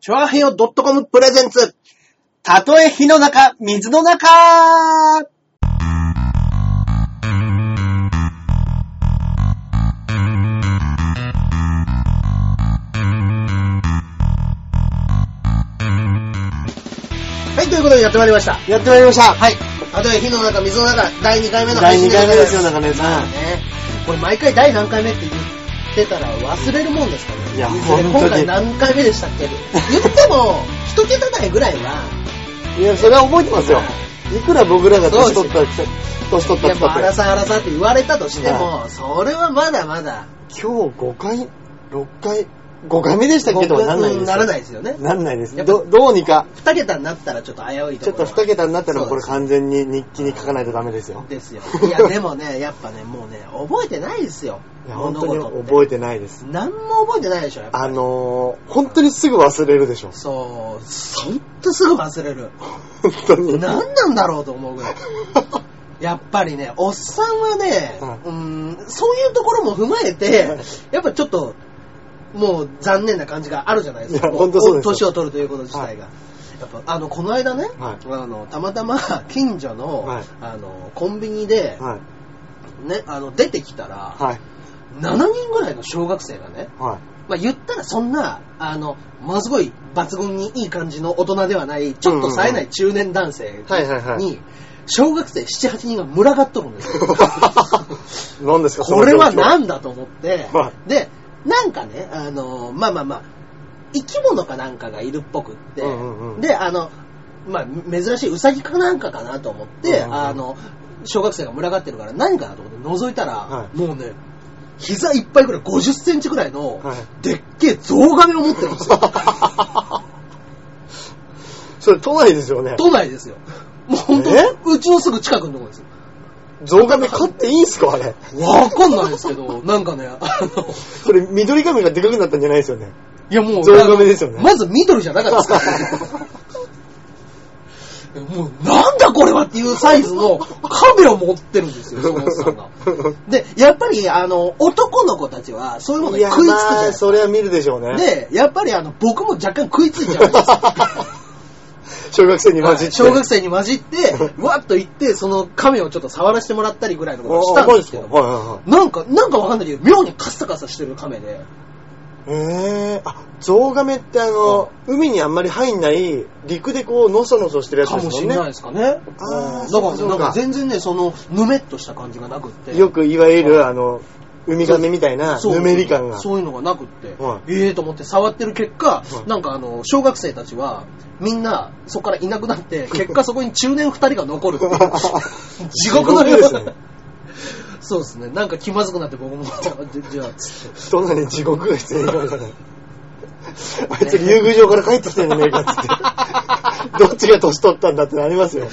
チョアヘヨ .com プレゼンツ。たとえ火の中、水の中はい、ということでやってまいりました。やってまいりました。はい。たとえ火の中、水の中、第2回目の第配信2でござ回目いまですよ、中根まさあね、これ毎回第何回目って言ってたら忘れるもんですからね。いやず本当に今回何回目でしたっけ言っても、 一桁台ぐらいん。は、いや、それは覚えてますよ。いくら僕らが年取った、年取っいたやっもうた荒って。さ荒さって言われたとしても、それはまだまだ、今日5回、6回、5回目でしたっけとはならないですうよ。んならないですよね。なんないですや。っぱど、どうにか、二桁になったらちょっと危ういちとょっころとは2桁になったらこれそう完全に日記に書かないとダメですよ。ですよ。いや、でもね、やっぱね、もうね、覚えてないですよ。いや、本物当に事って。覚えてないです。何も覚えてないでしょ、やっぱ。あのー、本当にすぐ忘れるでしょ。そう、そんとすぐ忘れる。本当に。 何なんだろうと思うぐらい。やっぱりね、おっさんはね、ううん、そういうところも踏まえて、やっぱちょっと、もう残念な感じがあるじゃないですか。いや本当そうですよ年を取るということ自体が。やっぱあのこの間ね、はいあのたまたま近所の,、はいあのコンビニで、はい。ね、あの出てきたら、はい。 7人ぐらいの小学生がね、はい。まあ、言ったらそんなあのものすごい抜群にいい感じの大人ではないちょっと冴えない中年男性はいはいはいに小学生78人が群がっとるんです よ 何ですかこれはな何だと思ってはでなんかねあのまあまあまあ生き物かなんかがいるっぽくって、うんうんうんであのまあ珍しいウサギかなんかかなと思って、うんうんうんあの小学生が群がってるから何かなと思って覗いたら、はいもうね膝いっぱいぐらい50センチぐらいの、はいでっけえゾウガメを持ってるんですよ。 それ都内ですよね。都内ですよ。もう本当えうちのすぐ近くのところですよ。ゾウガメ飼っていいんすかあ れ。わかんないですけど、なんかね、あの、それ緑髪がでかくなったんじゃないですよね。いやもう、ゾウガメですよねまず緑じゃなかったですから、もう、なんだこれはっていうサイズのカメを持ってるんですよ、そのおっさんが。で、やっぱり、あの、男の子たちは、そういうものいにや、食いつくじゃないまであ、すか。それは見るでしょうね。で、やっぱり、あの、僕も若干食いついちゃうんですよ。 小学生に混じって。小学生に混じって、わっと行って、その亀をちょっと触らせてもらったりぐらいのことをしたんですけああど、なんか、なんかわかんないけど、妙にカッサカサしてる亀で、マジですかはいはいはい。えー、あ、ゾウガメってあの、海にあんまり入んない、陸でこう、のそのそしてるやつかでもすしもれんね。ないですかね。だかあーらね、そうかなんか全然ね、その、ぬめっとした感じがなくって。よくいわゆる、あの、ウミガメみたいな、そうぬめり感が。そういうのがなくって、はええと思って触ってる結果、いなんかあの、小学生たちは、みんな、そこからいなくな って、結果そこに中年二人が残るっていう地獄のよ地獄でうすなね。そうですね。なんか気まずくなって僕も、じじゃあ、 つって。そんなに地獄が必要なんじゃないあいつ竜宮城から帰ってきてんじゃねえかっつって。どっちが年取ったんだってなりますよ。ね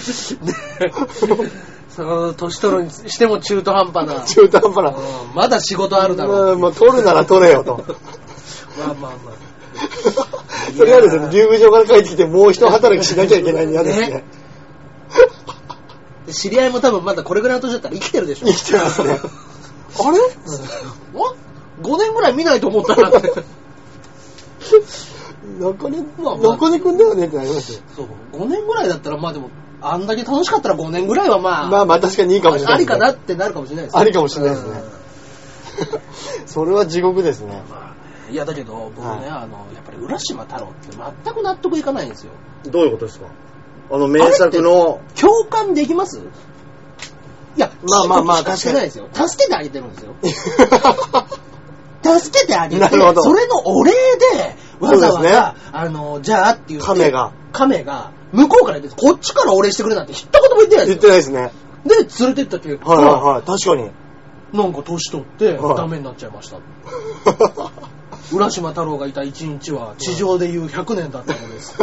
その年取るにしても中途半端な。中途半端な。うんまだ仕事あるだろう。うん、もう取るなら取れよと。まあまあまあ。それはですね、竜宮城から帰ってきてもう一働きしなきゃいけないの嫌ですねね。で知り合いも多分まだこれぐらいの年だったら生きてるでしょ。生きてます ね。あれお ?5 年ぐらい見ないと思っ たらって。中根、まあまあ中根くんだよねってなりますよ。そう、5年ぐらいだったらまあでも、あんだけ楽しかったら5年ぐらいはまあ、まあまあ確かにいいかもしれない。ありかなってなるかもしれないですねありかもしれないですねそれは地獄ですねうん。まあねいやだけど僕ね、はいあのやっぱり浦島太郎って全く納得いかないんですよどういうことですかあの名作の、共感できますいやまあまあまあ聞いたことしかしてないですよ助けてあげてるんですよ 助けてあげなてるほどそれのお礼でわざそわうですねざ、あのじゃあっていう亀が亀が向こうから言ってこっちからお礼してくれなんて一言も言ってないで言っすてよないですね。で連れてった結果、はいはいはい、確か に。なんか年取ってはいダメになっちゃいました。浦島太郎がいた一日は地上でいう100年だったの です。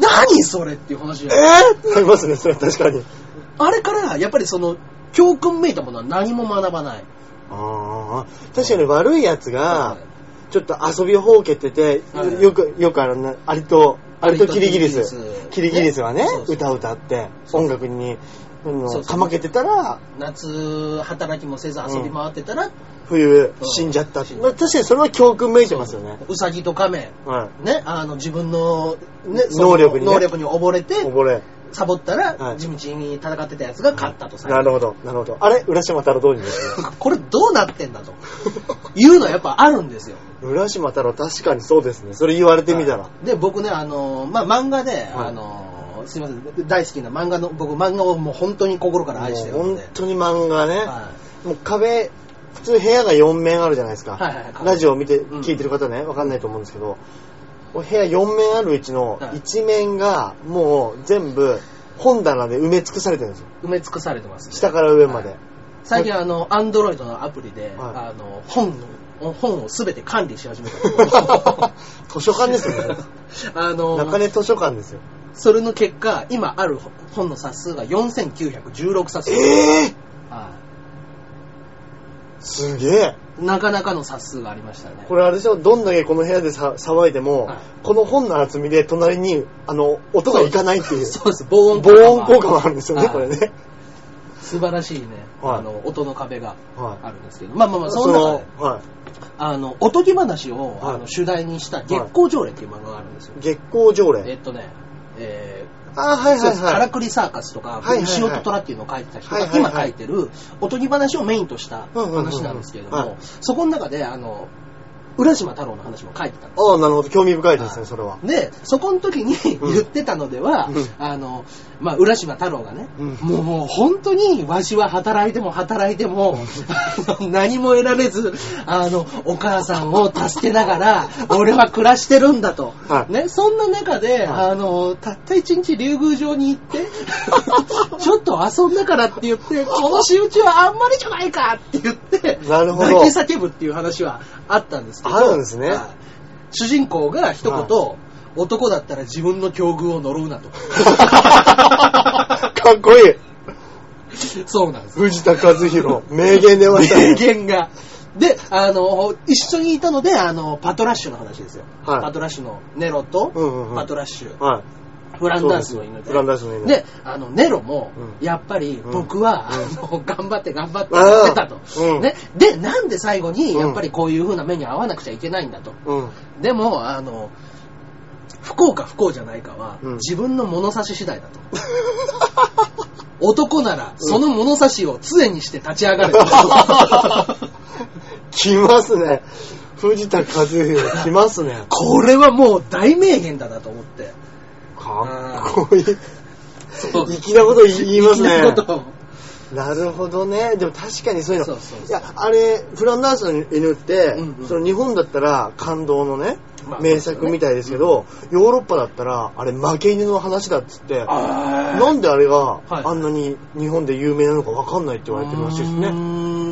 何それっていう話じゃないえー、ありますね、それは確かに。あれからやっぱりその教訓めいたものは何も学ばない。ああ、確かに悪いやつがはい、ちょっと遊びをほうけててはい、よく、よくあのね、アリと、アリとキリギリスアリと、キリギリスはねそう、そう歌を歌って、音楽にあのそうそうかまけてたら、夏働きもせず遊び回ってたら、冬う、ん死んじゃった。まあ、確かにそれは教訓めいてますよね。うさぎと亀はね、あの自分の,、ね、その能力にね能力に溺れてい。溺れ。サボったら、はい地道に戦ってたやつが勝ったとさ、なるほど、なるほど。あれ浦島太郎どうにですね。これどうなってんだというのはやっぱあるんですよ。浦島太郎確かにそうですね。それ言われてみたらは。いで僕ねあの、まあ、漫画で、はいあのすいません大好きな漫画の僕漫画をもう本当に心から愛してるものうで本、当に漫画ね。はもう壁、普通部屋が4面あるじゃないですか。はいはいはいラジオを見て、うん聞いてる方ね、わかんないと思うんですけど、もう部屋4面あるうちのはい1面がもう全部本棚で埋め尽くされてるんですよ。い、埋め尽くされてます、下から上まで。はい最近あのアンドロイドのアプリはで、いあの本の本を全て管理し始め た図書館ですよね。あの中根図書館ですよ。それの結果今ある本の冊数が4916冊、えぇ、はすげえいなかなかの冊数がありましたねこれあれでしょ、どんだけこの部屋でさ騒いでも、はいこの本の厚みで隣に、あの、音がいかないっていう、そうです防音防音効果もあるんですよね、はいこれね。素晴らしいね、はいあの音の壁がはいあるんですけど、まあまあまあその中でそのはい。あのおとぎ話を、はいあの主題にした月光条例っていう漫画があるんですよ、月光条例。えっとねえーあー、はいそうはでいすはからい。くりサーカスとか、いはいはい牛音虎っていうのを書いてた人が、はいはいはい今書いてるおとぎ話をメインとした話なんですけれども、うんうんうんうんはいそこの中であの浦島太郎の話も書いてたんですああ、なるほど。興味深いですはね、いそれは。 でそこの時にうん言ってたのでは、うんあのまあ、浦島太郎がね、うんもうもう本当にわしは働いても働いてもあの 何も得られずあのお母さんを助けながら俺は暮らしてるんだと、はいね、そんな中で、はいあのたった一日竜宮城に行って ちょっと遊んだからって言ってこの仕打ちはあんまりじゃないかって言ってなるほど泣き叫ぶっていう話はあったんですけどあるんですねはい主人公が一言、は男だったら自分の境遇を呪 うなと。かっこいい。そうなんです。藤田和弘。名言出ました名ね。言が。で、あの、一緒にいたので、あの、パトラッシュの話ですよ。はいパトラッシュのネロと、うんうんうんパトラッシュ、はい。フランダースの犬で。フランダースの犬で、あの、ネロも、うんやっぱりうん僕は、あの、頑張って頑張ってうんやってたと。うんね。で、なんで最後に、うんやっぱりこういう風な目に遭わなくちゃいけないんだと。うん。でも、あの、不幸か不幸じゃないかは、うん自分の物差し次第だ と。男なら、その物差しを杖にして立ち 上がる。来ますね。藤田和弘、来ますね。これはもう大名言だなと思って。かっこいい。そう粋なこと言いますね粋なことをなるほどね。でも確かにそういうの。そうそうそういや、あれ、フランダースの犬って、うんうんその日本だったら感動のね、まあ名作みたいですけど、ヨーロッパだったら、あれ負け犬の話だっつって、 ななんであれがはいあんなに日本で有名なのかわかんないって言われてるらしいですね。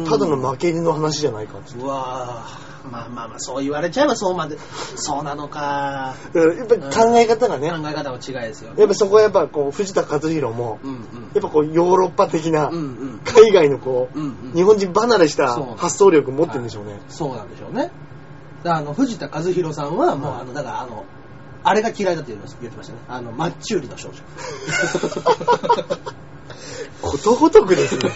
ただの負け犬の話じゃないかっつって。うわぁ、まあまあまあ、そう言われちゃえばそうまで、そうなのか。だからやっぱり考え方がね、考え方は違いですよ。やっぱそこはやっぱこう、藤田和弘も、うんうん。やっぱこう、ヨーロッパ的なう、んうん。海外のこうんうんう、日本人離れしたそう発想力持ってるんでしょうね。そうなんでしょうね。だからあの藤田和弘さんは、もう、はいあの、だから、あの、あれが嫌いだって言います言ってましたね。あの、マッチ売りの少女。ことごとくです ね。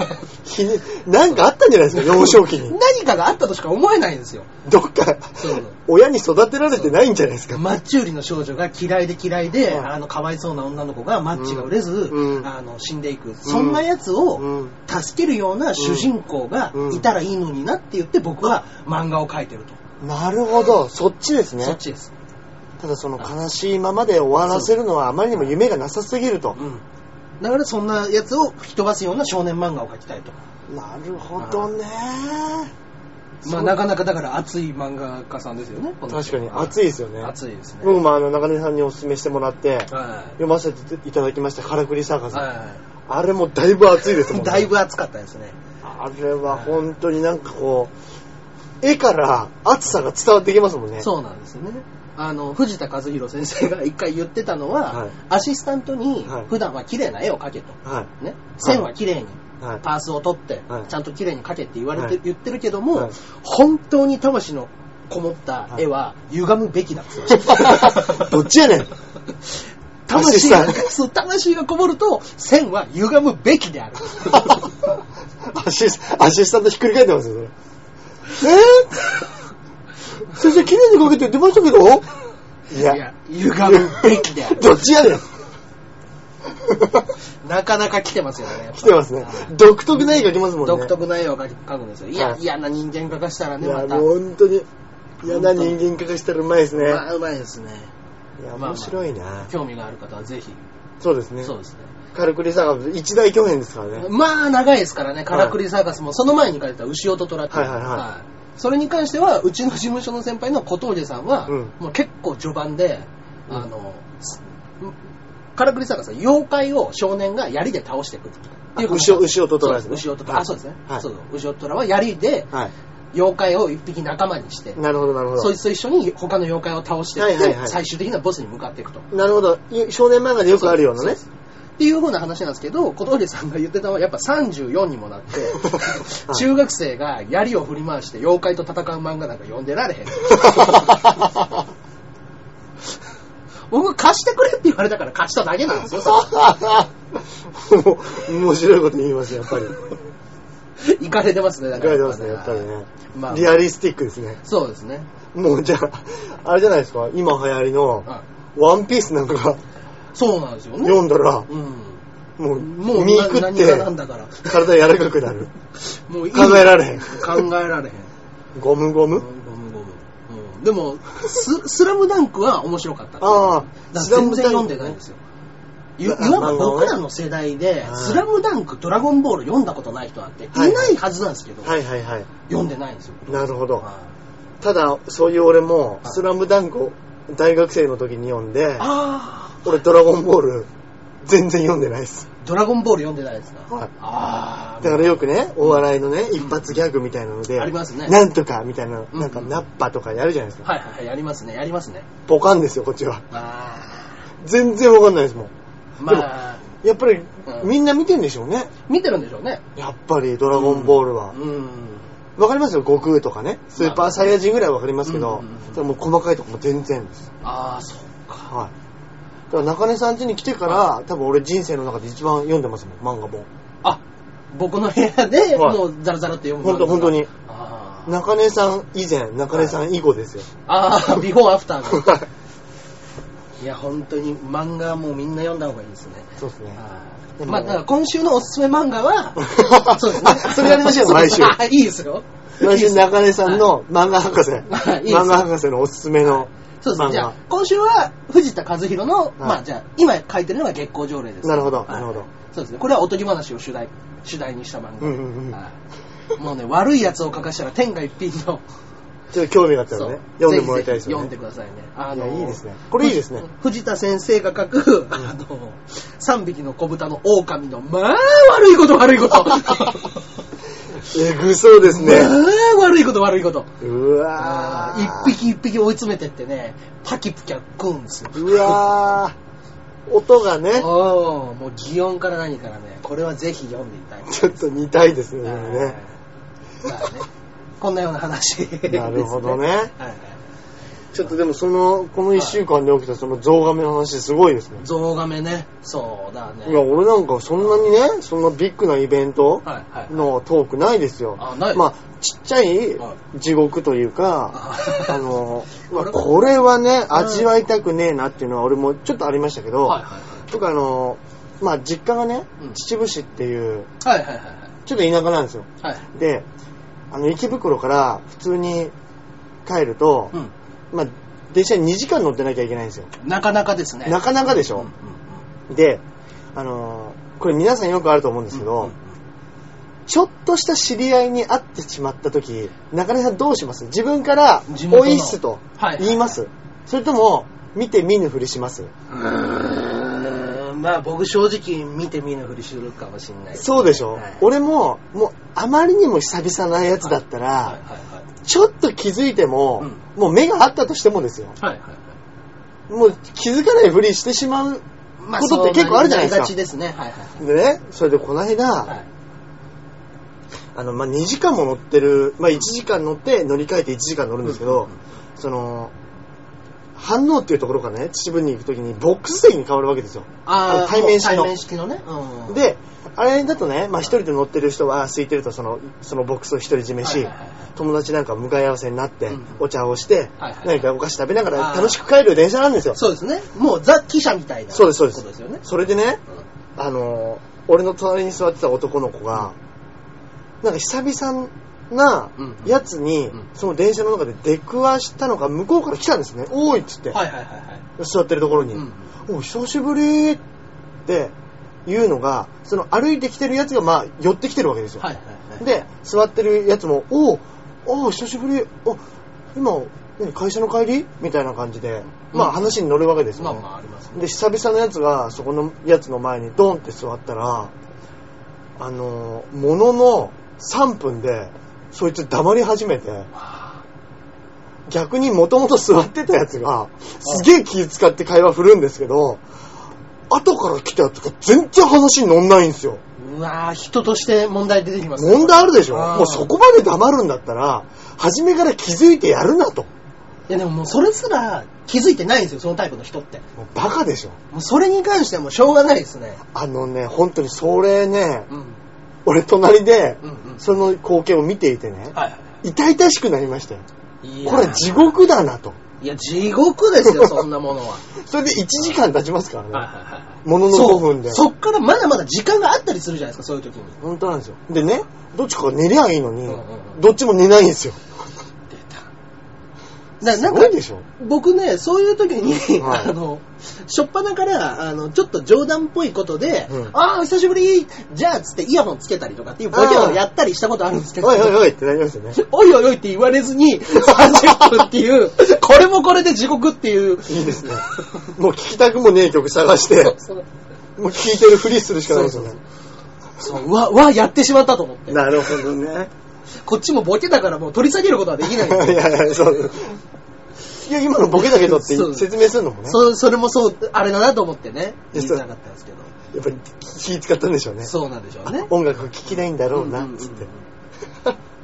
ひねなんかあったんじゃないですか、 幼少期に。何かがあったとしか思えないんですよ。どっかそう、親に育てられてないんじゃないですか。マッチ売りの少女が嫌いで嫌いで、はいあの、かわいそうな女の子がマッチが売れず、うんあの、死んでいく。そんなやつをうん助けるような主人公がうんいたらいいのになって言って、僕は漫画を描いてると。なるほど、そっちですねそっ。ちです。ただその悲しいままで終わらせるのはあまりにも夢がなさすぎると。うん。だから、そんなやつを吹き飛ばすような少年漫画を描きたいと。なるほどね。まあ、なかなかだから熱い漫画家さんですよね。確かにい熱いですよね。熱いですね。僕もあの中根さんにお勧めしてもらって、は読ませていただきました、カラクリサーカい。ス。はあれもだいぶ熱いですもんい。だいぶ熱かったですね。あれは本当になんかこう、絵から熱さが伝わってきますもんね。そうなんですね。あの、藤田和弘先生が一回言ってたのは、はいアシスタントにはい、普段は綺麗な絵を描けと。はい。ね。線は綺麗に、はい。パースを取って、はいちゃんと綺麗に描けって言われて、はい言ってるけども、はい本当に魂の こもった絵は歪むべきだっつってましたどっちやねん。アシ魂スタンが、そう、魂がこぼると、線は歪むべき である。アシスアシスタントひっくり返ってますよ、それ。えー、先生、綺麗にかけて出ましたけどいいや、や、歪むべきであ る。どっちやねん。なかなか来てますよね、やっぱ来てますねはい。独特な絵描きますもんね。独特な絵を描くんですよ。いや、はい嫌な人間描かしたらいね、や、また。もう本当に嫌な人間化したらうまいですね。いまあ、うまいですね。や、まあ面白いな。興味がある方はぜひ。そうですね。そうですね。カルクリサガス、一大巨編ですからね。まあ、長いですからね、カラクリサーカスも、その前に書いてた牛音と虎っていう。はいはいはいそれに関しては、うちの事務所の先輩の小峠さんは、うんもう結構序盤で、うんあの、すカラクリサーカスは妖怪を少年が槍で倒していくっていう牛を、牛をととらそずう牛音虎。あ、そうですね。はいそう牛音虎は槍ではい。妖怪を一匹仲間にして、なるほど、なるほど。そいつと一緒に他の妖怪を倒してはいっはいては、い最終的なボスに向かっていくと。なるほど。い少年漫画でよくあるようなね。そうっていう風な話なんですけど、小峠さんが言ってたのは、やっぱ34にも なって、はい中学生が槍を振り回して妖怪と戦う漫画なんか読んで られへん。僕、貸してくれって言われたから貸しただけなんです よ、さもう 面白いこと言いますね、やっぱり。行かれてますね、だ書いから。てますね、やっぱりね。まあ、リアリスティックですね。そうですね。もうじゃあ、あれじゃないですか、今流行りの、あワンピースなんかがそうなんですよね。読んだら、うん。もう、もう見にくっ何が何て、だから。体柔らかくなる。もういい考えられへん。考えられへん。ゴムゴムゴムゴムゴム。うんでもス、スラムダンクは面白かった。ああだスかラらム全然ダンク読んでないんですよ。いいわあば漫画を僕ねらの世代では、いスラムダンク、ドラゴンボール読んだことない人なんていはいないはずなんですけど、はいはいはい。読んでないんですよ。なるほど。あただ、そういう俺も、いスラムダンクを大学生の時に読んで、あ俺ドラゴンボール全然読んでないです。ー、ドラゴンボール読んでないですか。はいああ、だからよくね、お笑いのね、一発ギャグみたいなので、ありますねなんとかみたいな、うんなんかナッパとかやるじゃないですか。はいはいはい、やりますね、やりますね。ポカンですよ、こっちは。あ全然わかんないですもん。あ、まあ、やっぱり、うんみんな見てんでしょうね。見てるんでしょうね。やっぱり、ドラゴンボールは。うん。わかりますよ、悟空とかね。スーパーサイヤ人ぐらいわかりますけど、うんうんうんただもう細かいとこも全然です。ああ、そう。はい。だから中根さん家に来てから、多分俺人生の中で一番読んでますもん、漫画本。あ、僕の部屋で、はいもうザラザラって読む。本当本当。に。あー中根さん以前、中根さん以後ですよ。あー、ビフォーアフターが。 はいいや、本当に漫画はもうみんな読んだ方がいいですね。そうですね。はいでも、まあ、だから今週のおすすめ漫画は そうですね。それやりましょうそ毎週あいいですよ。来週中根さんはい。の漫画博士、はいいいですよ漫画博士のおすすめのそうですね。漫じゃあ画。、今週は藤田和弘の、まあ、じゃあ、今書いてるのが月光条例です。なるほど、はいなるほど。そうですね。これはおとぎ話を主題、主題にした漫画で。うんうんうんはいもうね、悪い奴を書かしたら天下一品の。ちょっと興味があったらね、読んでもらいたいですよぜね。ひぜひ読んでくださいね。いやいいですねこれいいですね。藤田先生が書く、あの、3匹の小豚の狼の、まあ、悪いこと悪 いこと。まえぐそうですね。あ、悪いこと悪いこと。うわ一ー。匹一匹追い詰めてってね、パキパキ食うんですよ。うわー。音がね、おーもう擬音から何からね、これはぜひ読んでいただきちょっと似たいですね、でたい。もはいね。まあねこんなような話ですね。なるほどねはいはいちょっとでもその、この一週間で起きたそのゾウガメの話すごいですね。ゾウガメね。そうだね。いや、俺なんかそんなにね、そんなビッグなイベントはいはいはい。のトークないですよ。あないまあ、ちっちゃいは地獄というか、あ あの、まあ これこれはね、ん味わいたくねえなっていうのは俺もちょっとありましたけどはい、は僕あの、まあ実家がねう、ん秩父市っていう、いはい。はいはいはいはい。ちょっと田舎なんですよ。はい。で、あの、池袋から普通に帰ると、うん。まあ、電車に2時間乗ってなきゃいけないんですよ。なかなかですね。なかなかでしょ、うんで、あのーこれ皆さんよくあると思うんですけど、うんうんちょっとした知り合いに会ってしまった時、中根さんどうします自分から地、元のおいっすとはい言います、それとも、見て見ぬふりしますうーんまあ僕正直見て見ぬふりするかもしれないですねそうでしょ、はい俺も、もう、あまりにも久々なやつだったら、はいはいちょっと気づいても、もう目が合ったとしてもですよ。はいはいはいはもいう気づかないふりしてしまう。まあことって結構あるじゃないですかそうりがちですねはいはいでね、それでこの間、はいはいあの、まあ、2時間も乗ってる、まあ、1時間乗って乗り換えて1時間乗るんですけど、うんその、反応っていうところがね、秩父に行くときにボックス席に変わるわけですよ。あー対面式の対面式のね。うんで、あれだとね、まあ一人で乗ってる人は空いてるとその、そのボックスを独り占めはいしはいはい、友達なんか向かい合わせになってうん、お茶をしてはいはい、何かお菓子食べながらあー楽しく帰る電車なんですよ。そうですね。もうザ・記者みたいな。そうですそうですことですよね。それでね、あの、俺の隣に座ってた男の子が、なんか久々なうんやつにうん、その電車の中で出くわしたのが向こうから来たんですね。おーいっつって、はいはいはいはい。座ってるところに。うんお久しぶりっていうのがその歩いてきてるやつがまあ寄ってきてるわけですよ、はいはいはい。で座ってるやつもおうおう久しぶりお今何会社の帰りみたいな感じで、まうあん話に乗るわけですまよ、あねまあありますね。で久々のやつがそこのやつの前にドンって座ったらあのーものの3分でそいつ黙り始めて逆にもともと座ってたやつが、すげえ気使って会話振るんですけど、後から来たやつが全然話に乗んないんですよ。うわぁ、人として問題出てきますね。問題あるでしょあーもうそこまで黙るんだったら、初めから気づいてやるなと。いやでももうそれすら気づいてないんですよ、そのタイプの人って。もうバカでしょ。もうそれに関してはもうしょうがないですね。あのね、本当にそれね、うん。俺隣でう、んうん。その光景を見ていてね、はいは痛々しくなりましたよ。い。これ地獄だなと。いや、地獄で すよ、そんなものは。それで1時間経ちますからね。はいはいはい。ものの5分で。そっからまだまだ時間があったりするじゃないですか、そういう時に。本当なんですよ。でね、どっちか寝りゃいいのに、うんうんうんどっちも寝ないんですよ。出た。なすなんごかい、でしょ僕ね、そういう時に、はいあの、しょっぱなから、あの、ちょっと冗談っぽいことで、うんああ、お久しぶりじゃあ、つってイヤホンつけたりとかっていうボケをやったりしたことあるんですけど、おいおいおいってなりますよ ね。おいおいおいって言われ ずに、30分っていう、これもこれで地獄っていう。いいです ね。もう聴きたくもねえ曲探して、そうもう聴いてるふりするしかないですよね。そううわ、うわ、やってしまったと思って。なるほどね。こっちもボケだからもう取り下げることはできないん い ですよ。やいや、そう。いや、今のボケだけどってそう説明するのもね。そそれもそう、あれだなと思ってね、で言いそうづらかったんですけど、やっぱり気使ったんでしょうね。そうなんでしょうあね。音楽聴きないんだろうなうんうんう、んつって。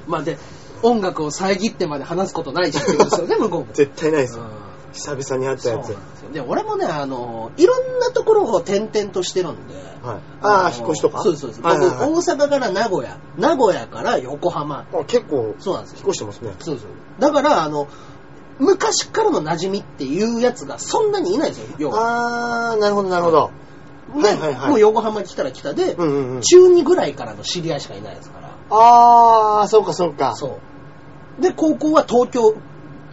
まあで、音楽を遮ってまで話すことないしってことです よね、向こうも。絶対ないですうよ。ん久々に会ったそうやなんつ。ですよで俺もね、あの、いろんなところを転々としてるんで、はいああの引っ越しとかそうですそうです。はい僕、はいはい大阪から名古屋、名古屋から横浜、あ結構、そうなんです引っよ。越してますね。そうそう。だから、あの、昔からの馴染みっていうやつがそんなにいないんですよ、要は。あー、なるほど、なるほど。ねはいはいはいもう横浜来たら来たで、うんうんうん。中2ぐらいからの知り合いしかいないですから。あー、そうかそうか。そう。で、高校は東京、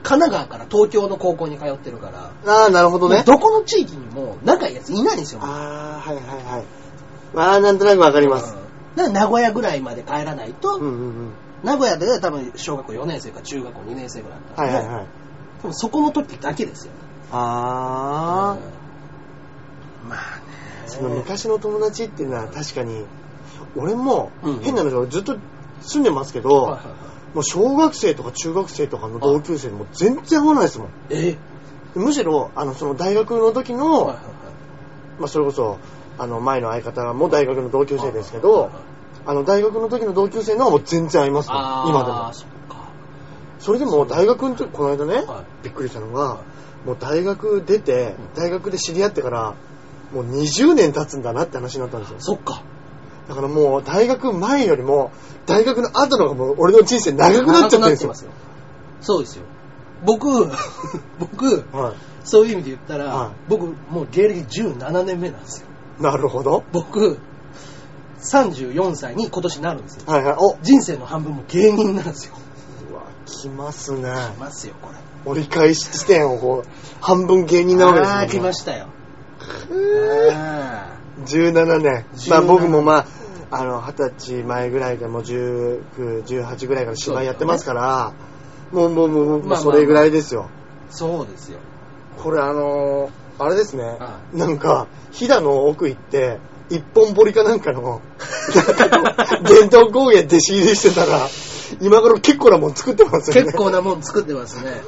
神奈川から東京の高校に通ってるから、あー、なるほどね。どこの地域にも仲いいやついないんですよ。あー、はいはいはい。まあ、なんとなくわかります。うんだから名古屋ぐらいまで帰らないと、うんうんうん。名古屋で多分小学校4年生か中学校2年生ぐらいだったはんいで、はいはい。多分そこの時だけですよ。あー。うんまあね。その昔の友達っていうのは確かに、俺もうん変なのずっと住んでますけはいどはい、はいもう小学生とか中学生とかの同級生も全然合わないですもん。えむしろ、あの、その大学の時はいはいのは、まあそれこそ、あの、前の相方も大学の同級い生ですけど、あの、大学の時の同級生のはもう全然合いますね、あー今でも。そっか。それでも大学の時、この間ね、はびっくりしたのが、はもう大学出て、大学で知り合ってから、もう20年経つんだなって話になったんですよ。そっか。だからもう大学前よりも、大学の後の方がもう俺の人生長くなっちゃってるんですよ長くなっ。てまそうですよ。僕、 僕、はそういう意味で言ったら、はい僕、もう芸歴17年目なんですよ。い。なるほど。僕、34歳に今年なるんですよ。はいはい。お、人生の半分も芸人なんですよ。うわ、来ますね。来ますよ、これ。折り返し地点をこう、半分芸人なわけですあー来まししたよ。た。あ17年。 17まあ僕もまあ、あの、20歳前ぐらいからもう19、18ぐらいから芝居やってますから、もうもうもうもう、まあまあそれぐらいですよ。ーそうですよ。これあのーあれですね、あなんか飛騨の奥行って一本堀かなんかの なんかこう伝統工芸弟子入りしてたら今頃結構なもん作ってますよね結構なもん作ってま すね。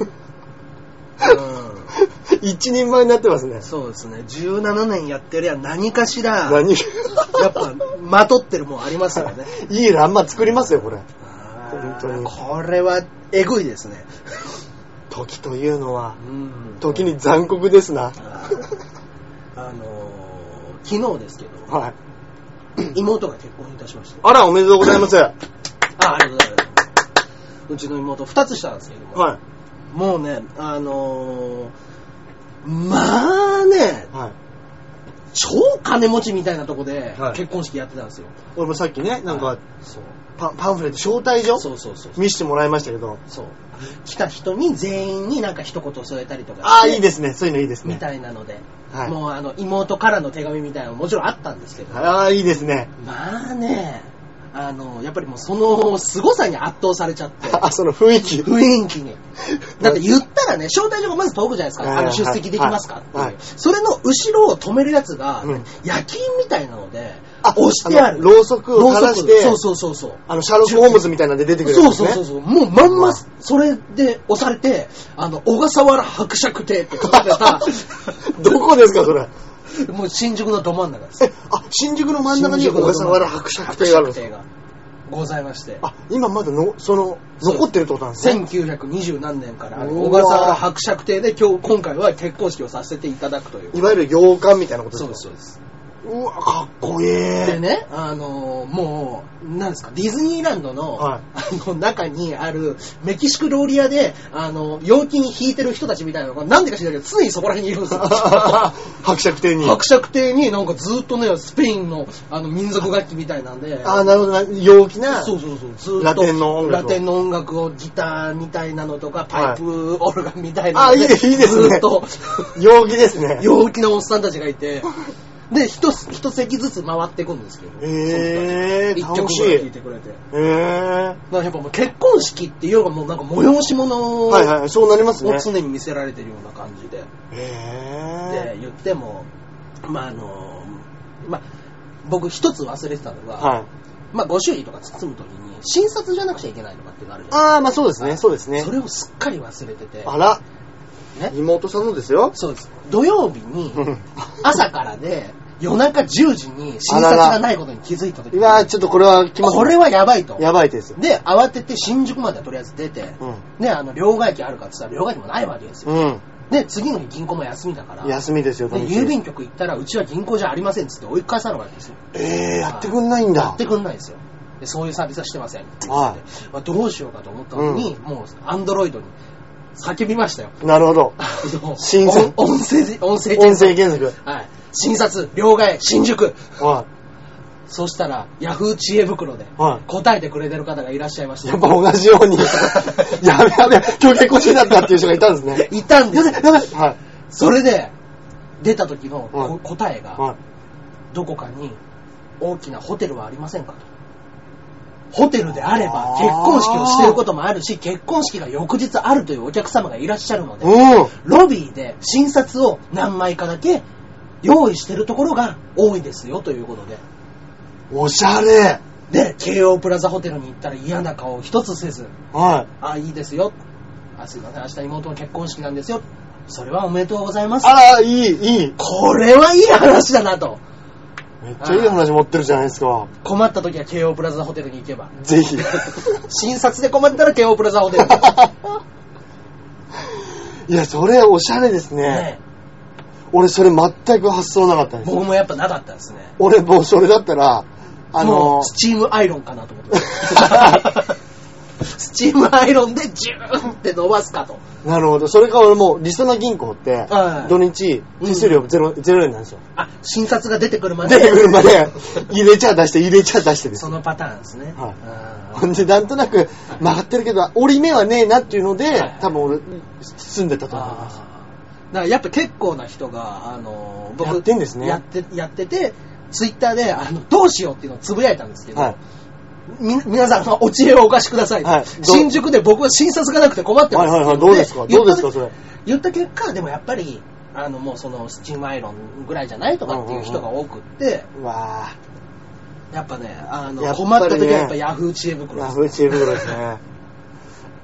う一人前になってますねん、そうですね。17年やってりゃ何かしら、やっ何いぱ、まとってるもんありますよね。いランマ作りますよこれあー本当にこれは、えぐいですね。時というのは、うん時に残酷ですな。ああのー昨日ですけど、はい。妹が結婚いたしまして、あら、おめでとうございます。はあ、ありがとうございます。うちの妹2つ下なんですけども、い。もうね、あのーまあね、はい。超金持ちみたいなとこではい結婚式やってたんですよ。俺もさっきね、なんはいか、そうパンパンフレット、招待状そうそうそう見せてもらいましたけど。そう。来た人に全員になんか一言添えたりとか。ああ、いいですすね。そういうのいいですみね。たいなので、はい。もうあの妹からの手紙みたいなのももちろんあったんですけど、ああ、いいですね。まあね、あの、やっぱりもうその凄さに圧倒されちゃって、あ、その雰囲気。雰囲気に。だって言ったらね、招待状がまず届くじゃないですはいか。はあいの、出席できますかってはいはいいう。それの後ろを止めるやつがうん、夜勤みたいなので、あ押してあある。のろうそくを垂らしてそうそうそうそう。あの、シャーロック・ホームズみたいなんで出てくるやそうつそうそうね。そう。もうまんうまわ、それで押されて、あの、小笠原伯爵邸って書かれた、 どこですか、それ。もう新宿のど真ん中です。え、あ、新宿の真ん中に小笠原伯爵邸があるん伯ですか爵邸がございまして。あ、今まだの、その、そう残ってるってことなんですね。 1920何年からあるう小わ笠原伯爵邸で今日、今回は結婚式をさせていただくという。いわゆる洋館みたいなことですそうかです、そうです。うわ、かっこいい。でね、あのーもう、なんですか、ディズニーランドの、はいあの、中にある、メキシコ料理屋で、あの、陽気に引いてる人たちみたいなのが、なんでか知らないけど、常にそこら辺にいる んですよ。伯爵邸に。 伯爵邸になんかずっとね、スペインの、あの、民族楽器みたいなんで、あ、なるほどな。陽気な。そうそうそう、ずっと、ラテンの音楽をラテンの音楽をギターみたいなのとか、パイプオルガンみたいあ、なのいいですいいですね。ずっと、陽気です ね。陽気なおっさんたちがいて、で、一つ一席ずつ回っていくんですけど、えー、一曲楽しぐらい聴いい。てくれて。だかえー。らやっぱもう結婚式っていうよりはもうなんか催し物をはいはい、そうなりますね。常に見せられてるような感じで。えで言っても、まああの、まあ、僕一つ忘れてたのが、ー。はい。まあ、ご祝儀とか包むときに、診察じゃなくちゃいけないとかってなるじゃないあー、まあそうですね、そうですでねすか。。それをすっかり忘れてて、あら、ね、妹さんのですよ。そうです。土曜日に、 朝からで、夜中10時にあ診察ららがないことに気づいたときうに、わー、ちょっとこれは来ますね。これはやばいと。やばいですよ。で、慌てて新宿までとりあえず出て、うん。ね、あの、両替機あるかって言ったら両替機もないわけですよ。うん。で、次の日銀行も休みだから、休みですよ、で土日郵便局行ったら、うちは銀行じゃありませんっつって追い返されるわけですよ。えー、やってくんないんやだっ。てくんないんですよ。でそういうサービスはしてません。はまあ、どうしようかと思ったのに、もう、アンドロイドに叫びましたよ。い。なるほど。あの診察音音声、音音声検声索。検索。はい。診察、両替、新宿。はそしたら、ヤフー知恵袋でい。は答えてくれてる方がいらっしゃいましい。た。やっぱ同じよ うに、やべやべ、今日結婚式だったっていう人がいたんですね。いたんでやすべよ。やべ。はい。それで、出た時のはこい答えが、はい。どこかに大きなホテルはありませんかと。ホテルであればあー結婚式をしていることもあるし、結婚式が翌日あるというお客様がいらっしゃるので、うん。ロビーで診察を何枚かだけ用意してるところが多いですよということで。おしゃれ。で、京王プラザホテルに行ったら嫌な顔一つせず、はあ、いいですよ。あ、すいません、明日妹の結婚式なんですよ。それはおめでとうございまい。す。あら、いい、いい。これはいい話だなと。めっちゃいい話持ってるじゃないですか。困った時は京王プラザホテルに行 けば。ぜひ。診察で困ったら京王プラザホテルに。いや、それおしゃれですね。ね俺、それ全く発想なかったです。僕もやっぱなかったですね。俺、もうそれだったら、あものう、スチームアイロンかなと 思ってました。スチームアイロンでジューンって伸ばすかと。なるほど。それか俺もう、リソナ銀行っては、い土日、手数料ゼロ、ゼロ円なんですよ。あ、診察が出てくるまで。出てくるまで、入れちゃ出して、入れちゃ出してですそ。のパターンですね。はいあほんで、なんとなく、曲がってるけど、折り目はねえなっていうのではい、多分俺、住んでたーと思います。あーだからやっぱ結構な人が、あのー、やってんですねやって、やってて、ツイッターで、あの、どうしようっていうのをつぶやいたんですけど、はい。み、皆さん、あのお知恵をお貸しください。はいどう新宿で僕は診察がなくて困ってまはす。いはいはい。どうですか言どうったで時すかそれ。言った結果、でもやっぱり、あの、もうその、スチームアイロンぐらいじゃないとかっていう人が多くって、うわぁ。やっぱね、あやの、っぱり困ねった時はやっぱヤフー知恵袋ラです。フチームですね。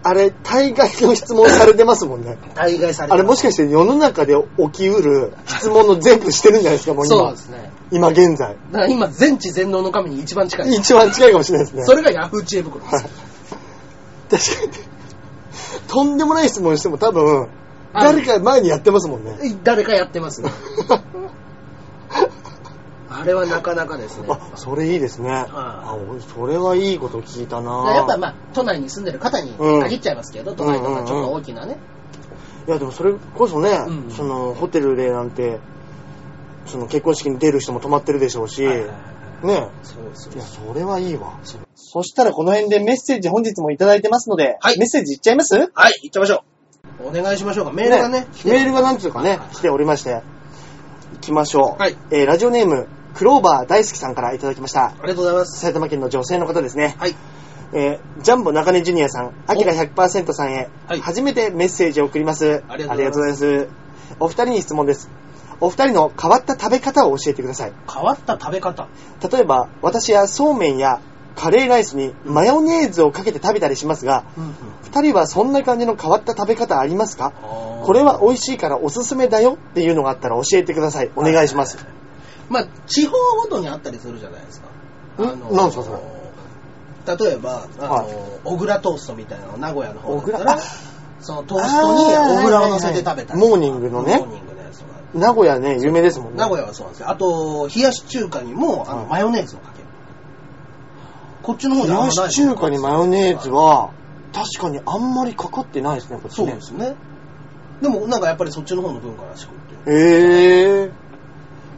あれ、大概の質問されてますもんね。大概されてあれもしかしして世の中で起きうる質問の全部してるんじゃないですか、もうそう今で。すね。今現在。だから今、全知全能の神に一番近いです。一番近いかもしれないですね。それがヤフー知恵袋ではいす。確かに。とんでもない質問しても多分、あ誰か前にやってますもんね。誰かやってますね。 あれはなかなかですね。 あ、それいいですね。あ、おそれはいいこと聞いただなからやっぱまあ、都内に住んでる方にうん限っちゃいますけど、都内とかちょっと大きなね。いや、でもそれこそね、うんその、ホテルでなんて、その結婚式に出る人も泊まってるでしょうし、はいはいねはいはい。そうですいや、よ。それはいいわ。そうそしたらこの辺でメッセージ本日もいただいてますので、はいメッセージいっちゃいますはい、行っちゃいましょう。お願いしましょうか。メールがね。メールがなんていうかね、来ておりまして、行きましょう。はいえーラジオネーム、クローバー大好きさんからいただきました。ありがとうございます。埼玉県の女性の方ですね。はい。えージャンボ中根ジュニアさん、アキラ100%さんへ、はい初めてメッセージを送ります。ありがとうございありがとうございます。お二人に質問です。お二人の変わった食べ方を教えてください。変わった食べ方。例えば、私はそうめんやカレーライスにマヨネーズをかけて食べたりしますが、二人はそんな感じの変わった食べ方ありますかここれは美味しいからおすすめだよっていうのがあったら教えてください。お願いします。まあ、地方ごとにあったりするじゃないですか。んなんですかそれ例えば、あの、はい小倉トーストみたいなの、名古屋の方だっ小たら倉、そのトーストに小倉を乗せて食べたりとかあーはいはいはいモーニングのねモーニングのやつとか。名古屋ね、有名ですもんね。名古屋はそうなんですよ。あと、冷やし中華にも、あはの、いマヨネーズをかける。こっちの方冷であんまやないし中華にマヨネーズは、確かにあんまりかかってないですね、こっちそうねで。すね。でも、なんかやっぱりそっちの方の文化らしくって。へえ。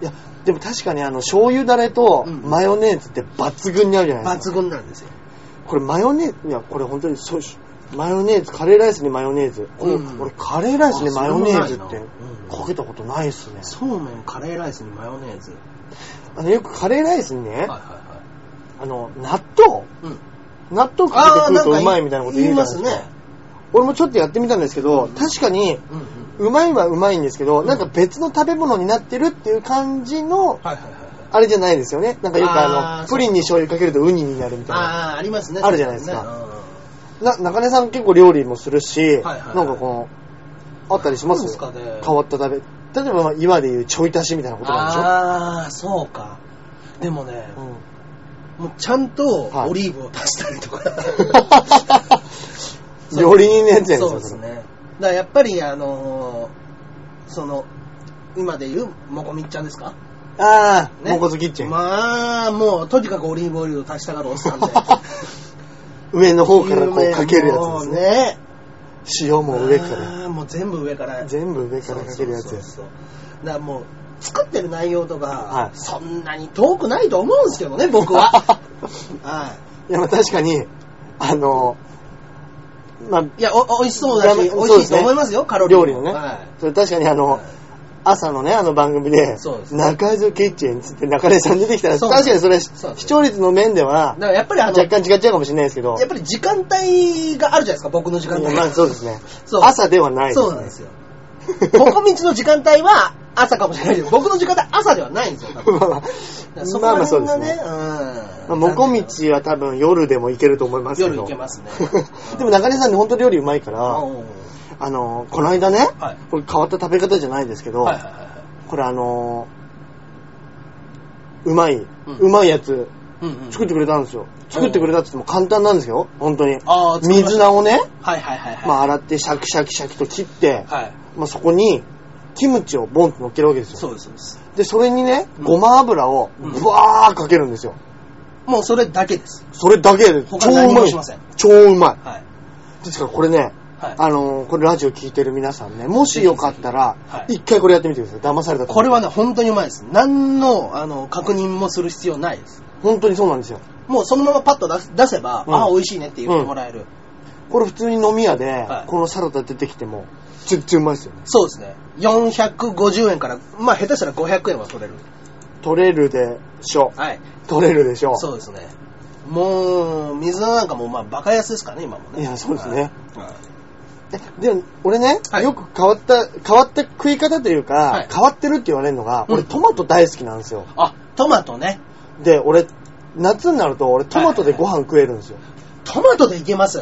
いや、でも確かにあの、醤油だれとうんマヨネーズって抜群に合うじゃないですか。抜群なんですよ。これマヨネーズ、いや、これ本当にそうし、マヨネーズ、カレーライスにマヨネーズ。これ、うん俺カレーライスにマヨネーズっあそてれもないなうんかけたことないですね。そうめん、カレーライスにマヨネーズ。あの、よくカレーライスにはねい、はあの、納豆いはい。うん。納豆かけてああ食うー、なんかとうまいみたいなこと言うじゃないですか。言いますね。俺もちょっとやってみたんですけど、確かに、うんうん。うまいはうまいんですけど、なんか別の食べ物になってるっていう感じの、はいはいはいはい。あれじゃないですよね。なんかよくああの、ープリンに醤油かけるとウニになるみたいな。ああ、ありますね。あるじゃないですかそうな、ね。中根さん結構料理もするし、はいはいはいなんかこの、あったりしますそうですかね変わった食べ。例えばまあ今で言うちょい足しみたいなことなんああー、そうか。でもねでし、ょうんもうちゃんとはいオリーブを足したり とか。 料理人のやつやんそうですね。だからやっぱり、あのー、その、今で言う、もこみっちゃんですかああ、ねもこずキッチン。まあ、もう、とにかくオリーブオイルを足したがるおっさんで。 上の方からこうかけるやつですね。ね。塩も上から。あーもう全部上から。全部上からかけるやつです。そうそうそうだからもう作ってる内容とか、はいそんなに遠くないと思うんですけどね 僕ははいや、まあ確かに、あの、まあ、いいやおおいしそうだラしーメン美そう味でしいすとね思いますよカロリーも料理のねはそれ確かにあいの、朝のね、あの番組でそうで、す中津キッチンつって中根さん出てきたら、そう確なんかにそれそう、視聴率の面ではだ、からやっぱりあの若干違っちゃうかもしれないですけどや、っぱり時間帯があるじゃないですか僕の時間帯まあそうですねそう。朝ではないですね。そうなん ですよここみちの時間帯は朝かもしれないけど僕の時間帯朝ではないんですよ多分 まあまあだからそこまあまらあそう辺ですがねね。まあ、もこみちちは多分夜でもいけると思いますけど。夜いけますね でも中根さんね、本当料理うまいから、あの、この間ね、はいこれ変わった食べ方じゃないですけど、はいはいはいはいこれあのうまい、うんうまいやつうんうん作ってくれたんですよ。作ってくれたって言っても簡単なんですよ、本当に。あー作りまし水た菜をね、はいはいはいはいまあ洗ってシャキシャキシャキと切って、はい。まあそこにキムチをボンと乗っけるわけですよ。そうです、そうです。で、それにね、うんごま油をうんブワーかけるんですよ。もうそれだけです。それだけで超他何うまもいしません。超うまはい。い。ですからこれね、はい。あのーこれラジオ聞いてる皆さんね、もしよかったらぜひぜひは、い一回これやってみてください。騙されたと思うこれはね、本当にうまいです。何の、あの、確認もする必要ないです。本当にそうなんですよ。もうそのままパッと出す出せば、うんああ、美味しいねって言ってもらえる。これ普通に飲み屋で、はいこのサラダ出てきても、全然うまいですよね。そうですね。450円から、まあ下手したら500円は取れる。取れるでしょ。はい。取れるでしょ。そうですね。もう、水菜なんかもまあバカ安ですからね、今もね。いやそうですねはい。はいえでも、俺ね、はいよく変わった、変わった食い方というか、はい変わってるって言われるのが、うん俺トマト大好きなんですよ。あ、トマトね。で、俺、夏になると俺トマトでご飯食えるんですよ。トマトでいけます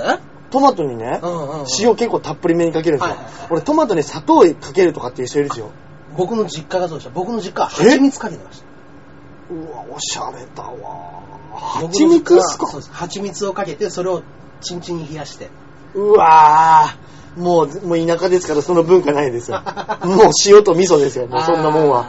トマトにね、んうんうん塩結構たっぷりめにかけるんですよ。はいはいはい俺トマトに砂糖かけるとかっていう人いるんですよ。僕の実家がそうでした。僕の実家はえ蜂蜜かけてました。うわ、おしゃれだわ。僕の蜂蜜っすかそうです蜂蜜をかけて、それをチンチンに冷やして。うわーもう、もう田舎ですからその文化な いですよ。もう塩と味噌ですよ、もうそんなもんは。あ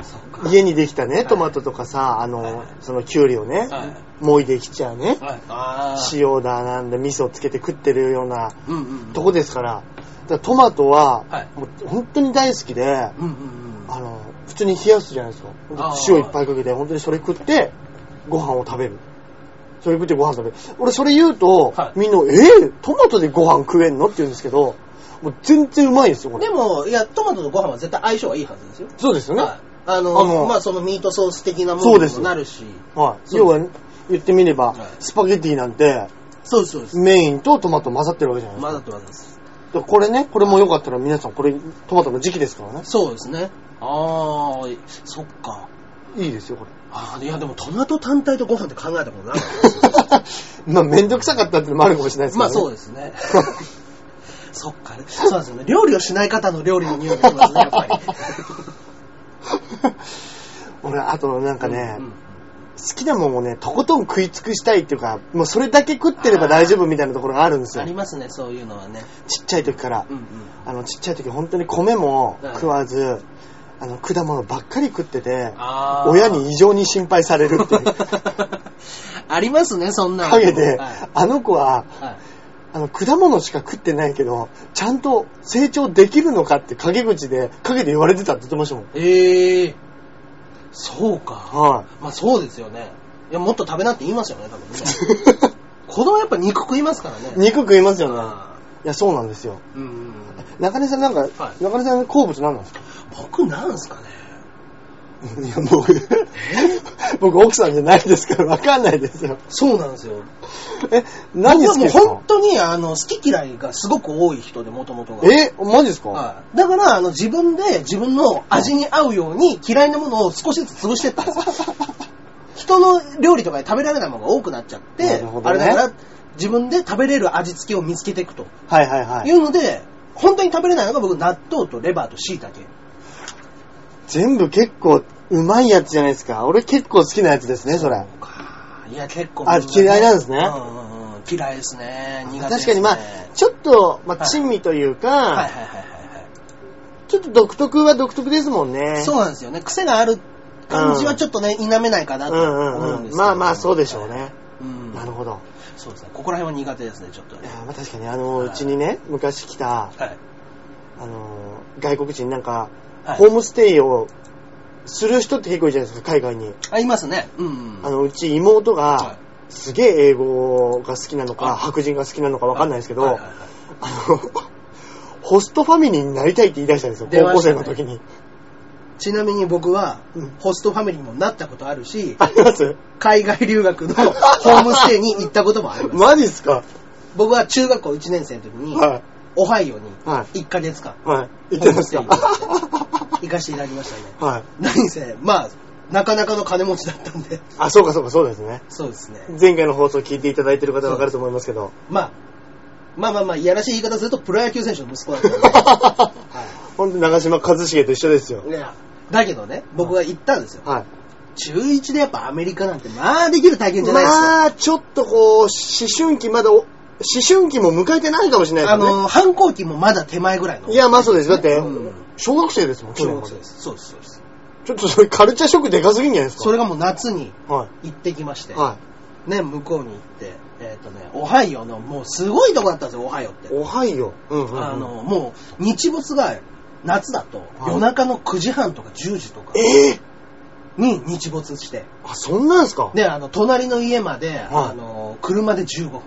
ー。そっか家にできたね、トマトとかさ、あの、そのキュウリをね、はいもいできちゃうね、はい。あー塩だなんで味噌つけて食ってるようなうんうんうん。とこですから、だからトマトは、はいもう本当に大好きで、うんうんうん。あの、普通に冷やすじゃないですかあ。ー塩いっぱいかけて、本当にそれ食って、ご飯を食べる。それ食ってご飯食べる。俺それ言うと、はいみんな、えー、トマトでご飯食えんのって言うんですけど、もう全然うまいんですよ、これ。でも、いや、トマトとご飯は絶対相性はいいはずですよ。そうですよね。はいあの、あのまあ、そのミートソース的なもそのうでにすもなるし。はい。そう要は、言ってみればはい、スパゲッティなんて、そうです、そうです。メインとトマト混ざってるわけじゃないですか混ざって混ざってます。。だからこれね、これもよかったら皆さん、これ、トマトの時期ですからね。そうですね。あー、そっか。いいです よ、これ。あーいや、でもトマト単体とご飯って考えたことなかった。まあ、めんどくさかったってのもあるかもしれないですけど、ね。 まあそうです ね。そっか、ね、そうなんですよね。料理をしない方の料理の匂いがします ね、やっぱり。 俺、あとなんかね、うんうん好きなもんをね、とことん食い尽くしたいっていうか、もうそれだけ食ってれば大丈夫みたいなところがあるんですあよ。りますね、そういうのはね。ちっちゃい時から。うんうん。あの、ちっちゃい時本当に米もはい食わず、あの、果物ばっかり食ってて、あー 親に異常に心配されるっていうありますね、そんなの陰で、はいあの子は、はいあの、果物しか食ってないけど、ちゃんと成長できるのかって陰口で、陰で言われてたって言ってましたもん。ええー、そうか。はい。まあそうですよね。いや、もっと食べなって言いますよね、多分 ね。子供やっぱ肉食いますからね。肉食いますよね。あいや、そうなんですよ。ーうんうんうん。中根さんなんか、はい中根さんの好物何なんですか僕なんすかね。いや、僕、僕奥さんじゃないですから、わかんないですよ。そうなんですよ。え、何好き僕ではもうすか本当に、あの、好き嫌いがすごく多い人で、もともとが。え、マジですか、はい、だから、あの、自分で自分の味に合うように嫌いなものを少しずつ潰していった んですよ。人の料理とかで食べられないものが多くなっちゃって、なるほどあねれだから自分で食べれる味付けを見つけていくとはい、はいはいいはいうので、本当に食べれないのが僕、納豆とレバーと椎茸。全部結構うまいやつじゃないですか。俺結構好きなやつですね、それ。いや、結構、あ嫌いなんですねうんうんうん、嫌いですね。苦手ですね。確かにまあはい、ちょっと、まあ、はい珍味というか、はいはいはいはい。ちょっと独特は独特ですもんね。そうなんですよね。癖がある感じはちょっとね、否めないかなうとん思うんうんうですん。けどまあまあ、そうでしょう。ね。うん。なるほど。そうですね。ここら辺は苦手ですね、ちょっといねや。まあ確かに、あの、はいうちにね、昔来た、はい。あの、外国人なんか、はいホームステイをする人って結構いるじゃないですか、海外に。あ、いますね。うん。あの、うち妹はが、すげえ英語が好きなのか、はい白人が好きなのかわかんないですけはいどはい、はいあの、 ホストファミリーになりたいって言い出したんですよ、出高ま校した生ねの時に。ちなみに僕はうん、ホストファミリーにもなったことあるし、あります海外留学 のホームステイに行ったこともあります。マジっすか僕は中学校1年生の時に、はオハイオにい。はい。 1ヶ月間はい。言ってました。ホームステイには行かせていただきましたね。 い。何せ、まあ、なかなかの金持ちだったんで、あ、そうかそうかそうですね。そうですね。前回の放送聞いていただいてる方はわかると思いますけ ど。まあ、まあまあまあ、いやらしい言い方するとプロ野球選手の息子だったん で、ほんと長嶋一茂と一緒ですよ。いや、だけどね、僕は行ったんですよ。はい。中1でやっぱアメリカなんて、まあできる体験じゃないですよ。まあ、ちょっとこう、思春期まだお、思春期も迎えてないかもしれないあですよね。の、反抗期もまだ手前ぐらいの。い、や、まあそうです。だってうん、小学生ですもん、去小年ま学で生です。そうです、そうです。ちょっとそれカルチャーショックでかすぎんじゃないですかそれがもう夏には行ってきましい。て、はね、向こうに行って、えっ、とね、オハイオの、もうすごいとこだったんですよ、オハイオってい。。おはよう。うんうんうん。あの、もう、日没が夏だと、はい夜中の9時半とか10時とかええに日没して、あ、そんなんですかで、あの、隣の家まで、はいあの、車で15分とか。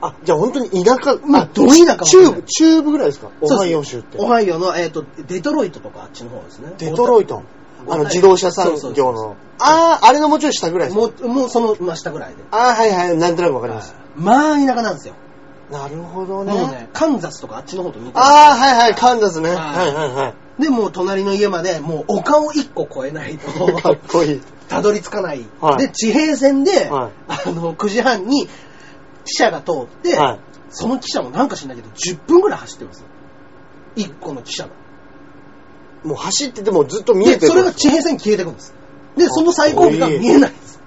あ、じゃあ本当に田舎、まああどう田舎かわかんない中部、中部ぐらいですかオハイオ州ってオ。ハイオの、えっ、と、デトロイトとかあっちの方ですね。デトロイト。あの、自動車産そう業そうその。ああ、あれのもうちょい下ぐらいですかもう、もうその真下ぐらいで。ああ、はいはい、なんとなくわかります。まあ田舎なんですよ。なるほどもうね。ね、カンザスとかあっちの方と似てるああ、はいはい、カンザスね。はいはいはいはい。で、もう隣の家まで、もう丘を一個越えないかっと、こいい。たどり着かない。はいで、地平線で、はいあの、9時半に、汽車が通って、はい。その汽車もなんか知んないけど、10分ぐらい走ってるんですよ。一個の汽車が。もう走っててもずっと見えで、てる。それが地平線に消えてくんです。で、その最後尾が見えないんです。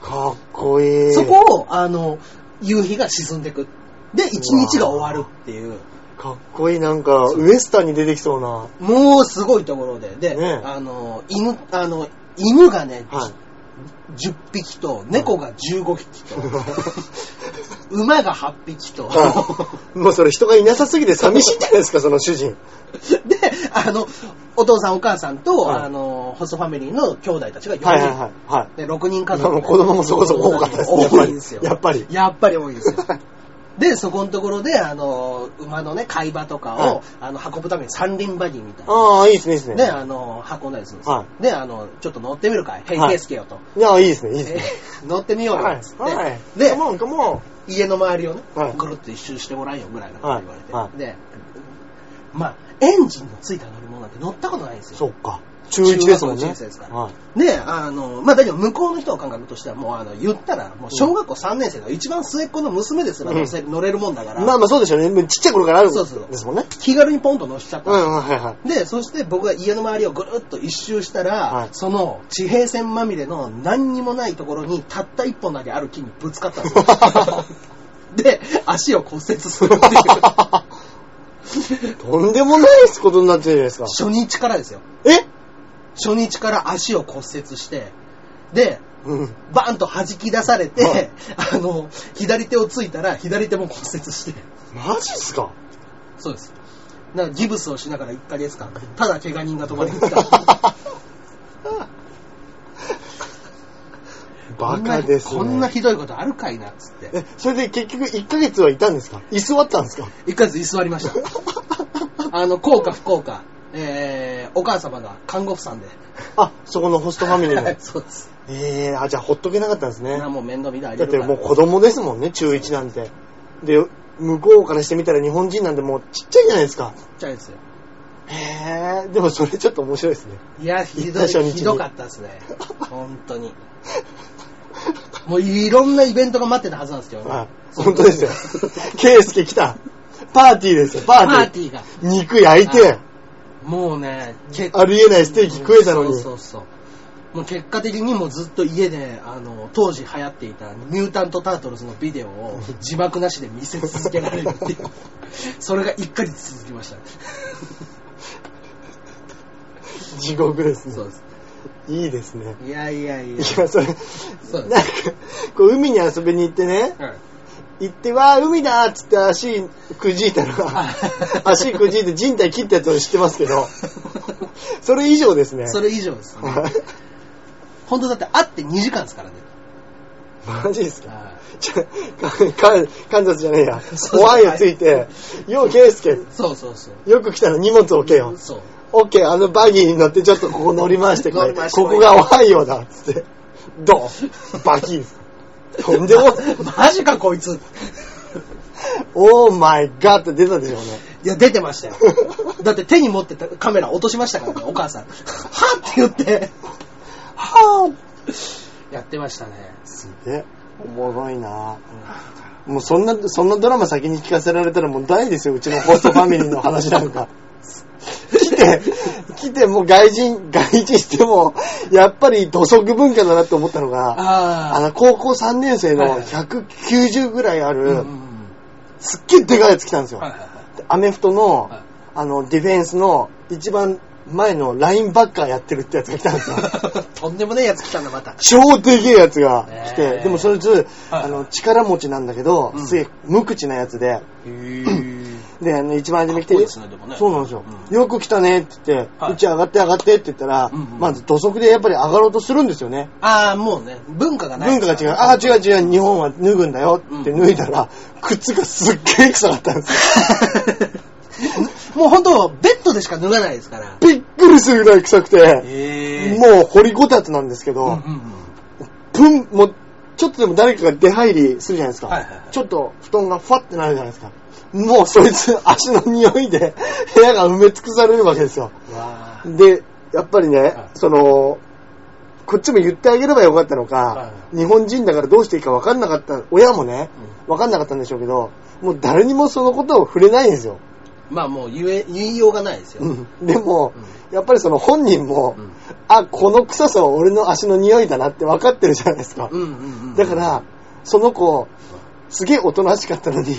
かっこいい。そこを、あの、夕日が沈んでく。で、一日が終わるっていう。かっこいい、なんか、ウエスタンに出てきそうな。もうすごいところで。で、ねえあの、犬、あの、犬がね、はい。 10匹と、猫が15匹 と、馬が8匹と、はいもうそれ人がいなさすぎて寂しいんじゃないですか、その主人。 で、あの、お父さんお母さんと、はいあの、ホストファミリーの兄弟たちが4人。はいはいはい。はい。で、6人家あ族ので。子供もそこそこ多かったですね。多いんですよ。やっぱり。やっぱり多い んですよ。で、そこのところで、あの、馬のね、飼い場とかを、はいあの、運ぶために三輪バギーみたい な。ああ、いいですね、いいですね。ね、あの、運んだりするんですよ。はで、あの、ちょっと乗ってみるかい。ヘイはいケイスケよと。いや、いいですね、いいですね。え乗ってみようよはいっつっ。て、はい。でカモン、カモン。家の周りをね、はいぐるっと一周してもらえよぐらいのこと言われて、はいはいで、まあ、エンジンのついた乗り物なんて乗ったことないんですよ。そっか。中1ですもんね。中学の一年生ですからはい。で、あの、まあ、だけど向こうの人の感覚としては、もう、あの、言ったら、もう、小学校3年生の一番末っ子の娘ですら、うん乗れるもんだから、まあまあそうでしょうね。もうちっちゃい頃からあるんでそうそうすもんね。気軽にポンと乗しちゃったうんんうでん、はい はい。す。で、そして僕が家の周りをぐるっと一周したら、はいその地平線まみれの何にもないところにたった一本だけある木にぶつかったんです よ。で、足を骨折するって いう。とんでもないことになってるじゃないですか。初日からですよ。え初日から足を骨折して、で、うん。バーンと弾き出されて、はいあの、左手をついたら左手も骨折して、マジっすかそうです。だからギブスをしながら1ヶ月間、ただ怪我人が止まりに来た。 バカですね。こんなこんなひどいことあるかいな、っつって。え、それで結局1ヶ月はいたんですか居座ったんですか1ヶ月居座りました。あの、こうか不幸か、えー、お母様が看護婦さんで。。あ、そこのホストファミリーの そうです。ええあ、じゃあほっとけなかったんですね。なもう面倒見ないだでってるもう子供ですもんね、中1なんて。で、向こうからしてみたら日本人なんてもうちっちゃいじゃないですか。ちっちゃいですよ。へえ、でもそれちょっと面白いですね。いや、ひ行ったどい、初日にひどかったですね。本当に。もういろんなイベントが待ってたはずなんで すけどね、はい。本当 ですよ。ケイスケ来た。パーティーですよ、パパーティー。ーティーが。肉焼いはてい、もうね、結ありえないステーキ食えたのに。そうそうそう。もう結果的にもうずっと家で、あの、当時流行っていたミュータント・タートルズのビデオを字幕なしで見せ続けられるっていう。それが1ヶ月続きました、ね。地獄ですそうね。です。いいですね。いやいやいいや。や、それ、そうでなんす。か、こう海に遊びに行ってね、はい行って、わー、海だーっつって足くじいたらはい、足くじいて人体切ったやつを知ってますけど、それ以上ですね。それ以上です、ね。はい本当だって会って2時間ですからね。マジですかはいちょかかカンザスじゃねえや。そうホワイトついて、よう、ケイスケ、そうそうそう。よく来たら荷物置けよ。そう。オッケー、あのバギーに乗ってちょっとここ乗り回してく乗れ。り回こしてこがオハイオだっつって。ドンバキーとんでも、 マジかこいつ。 オーマイガーって出たでしょうね。いや、出てました よ。だって手に持ってたカメラ落としましたからね、お母さ ん。はぁって言って、はぁやってましたね。すげえ、おもろいなもうそんな、そんなドラマ先に聞かせられたらもう大ですよ、うちのホストファミリーの話なんか。来て、来てもう外人、外人しても、やっぱり土足文化だなって思ったのが、ああの、高校3年生はいのはい190ぐらいああ。うんうる、んすっげえでかいやつ来たんですうん。よ。はいはいはいでアメフトのはい、あの、ディフェンスの一番前のラインバッカーやってるってやつが来たんですよ。とんでもねえやつ来たんだ、また。超でけえやつが来ねて、えでもそいつ、はいあの、力持ちなんだけど、うんすげえ無口なやつで、へぇで、あの、一番初めに来かっこいていですねでもね、そうなんですよ。うんよく来たねって言って、はいうち上がって上がってって言ったら、うんうんまず土足でやっぱり上がろうとするんですよね。ああ、もうね、文化がない。文化が違う。ああ、違う違う、日本は脱ぐんだよって脱いだら、靴がすっげえ臭かったんですよ。もう本当ベッドでしか脱がないですから。びっくりするぐらい臭くて、へぇもう掘りごたつなんですけど、うんうんプン、もう、ちょっとでも誰かが出入りするじゃないですか。はいはいはいちょっと布団がファってなるじゃないですか。もうそいつ足の匂いで 部屋が埋め尽くされるわけですよ。うん。わで、やっぱりね、はいその、こっちも言ってあげればよかったのか、は日本人だからどうしていいか分かんなかった、親もね、分かんなかったんでしょうけど、もう誰にもそのことを触れないんですよ。 まあもう言え、言いようがないですよ。うんでも、やっぱりその本人も、うんあ、この臭さは俺の足の匂いだなって分かってるじゃないですか。うんうんうん。だか、ら、その子、すげえおとなしかったのに、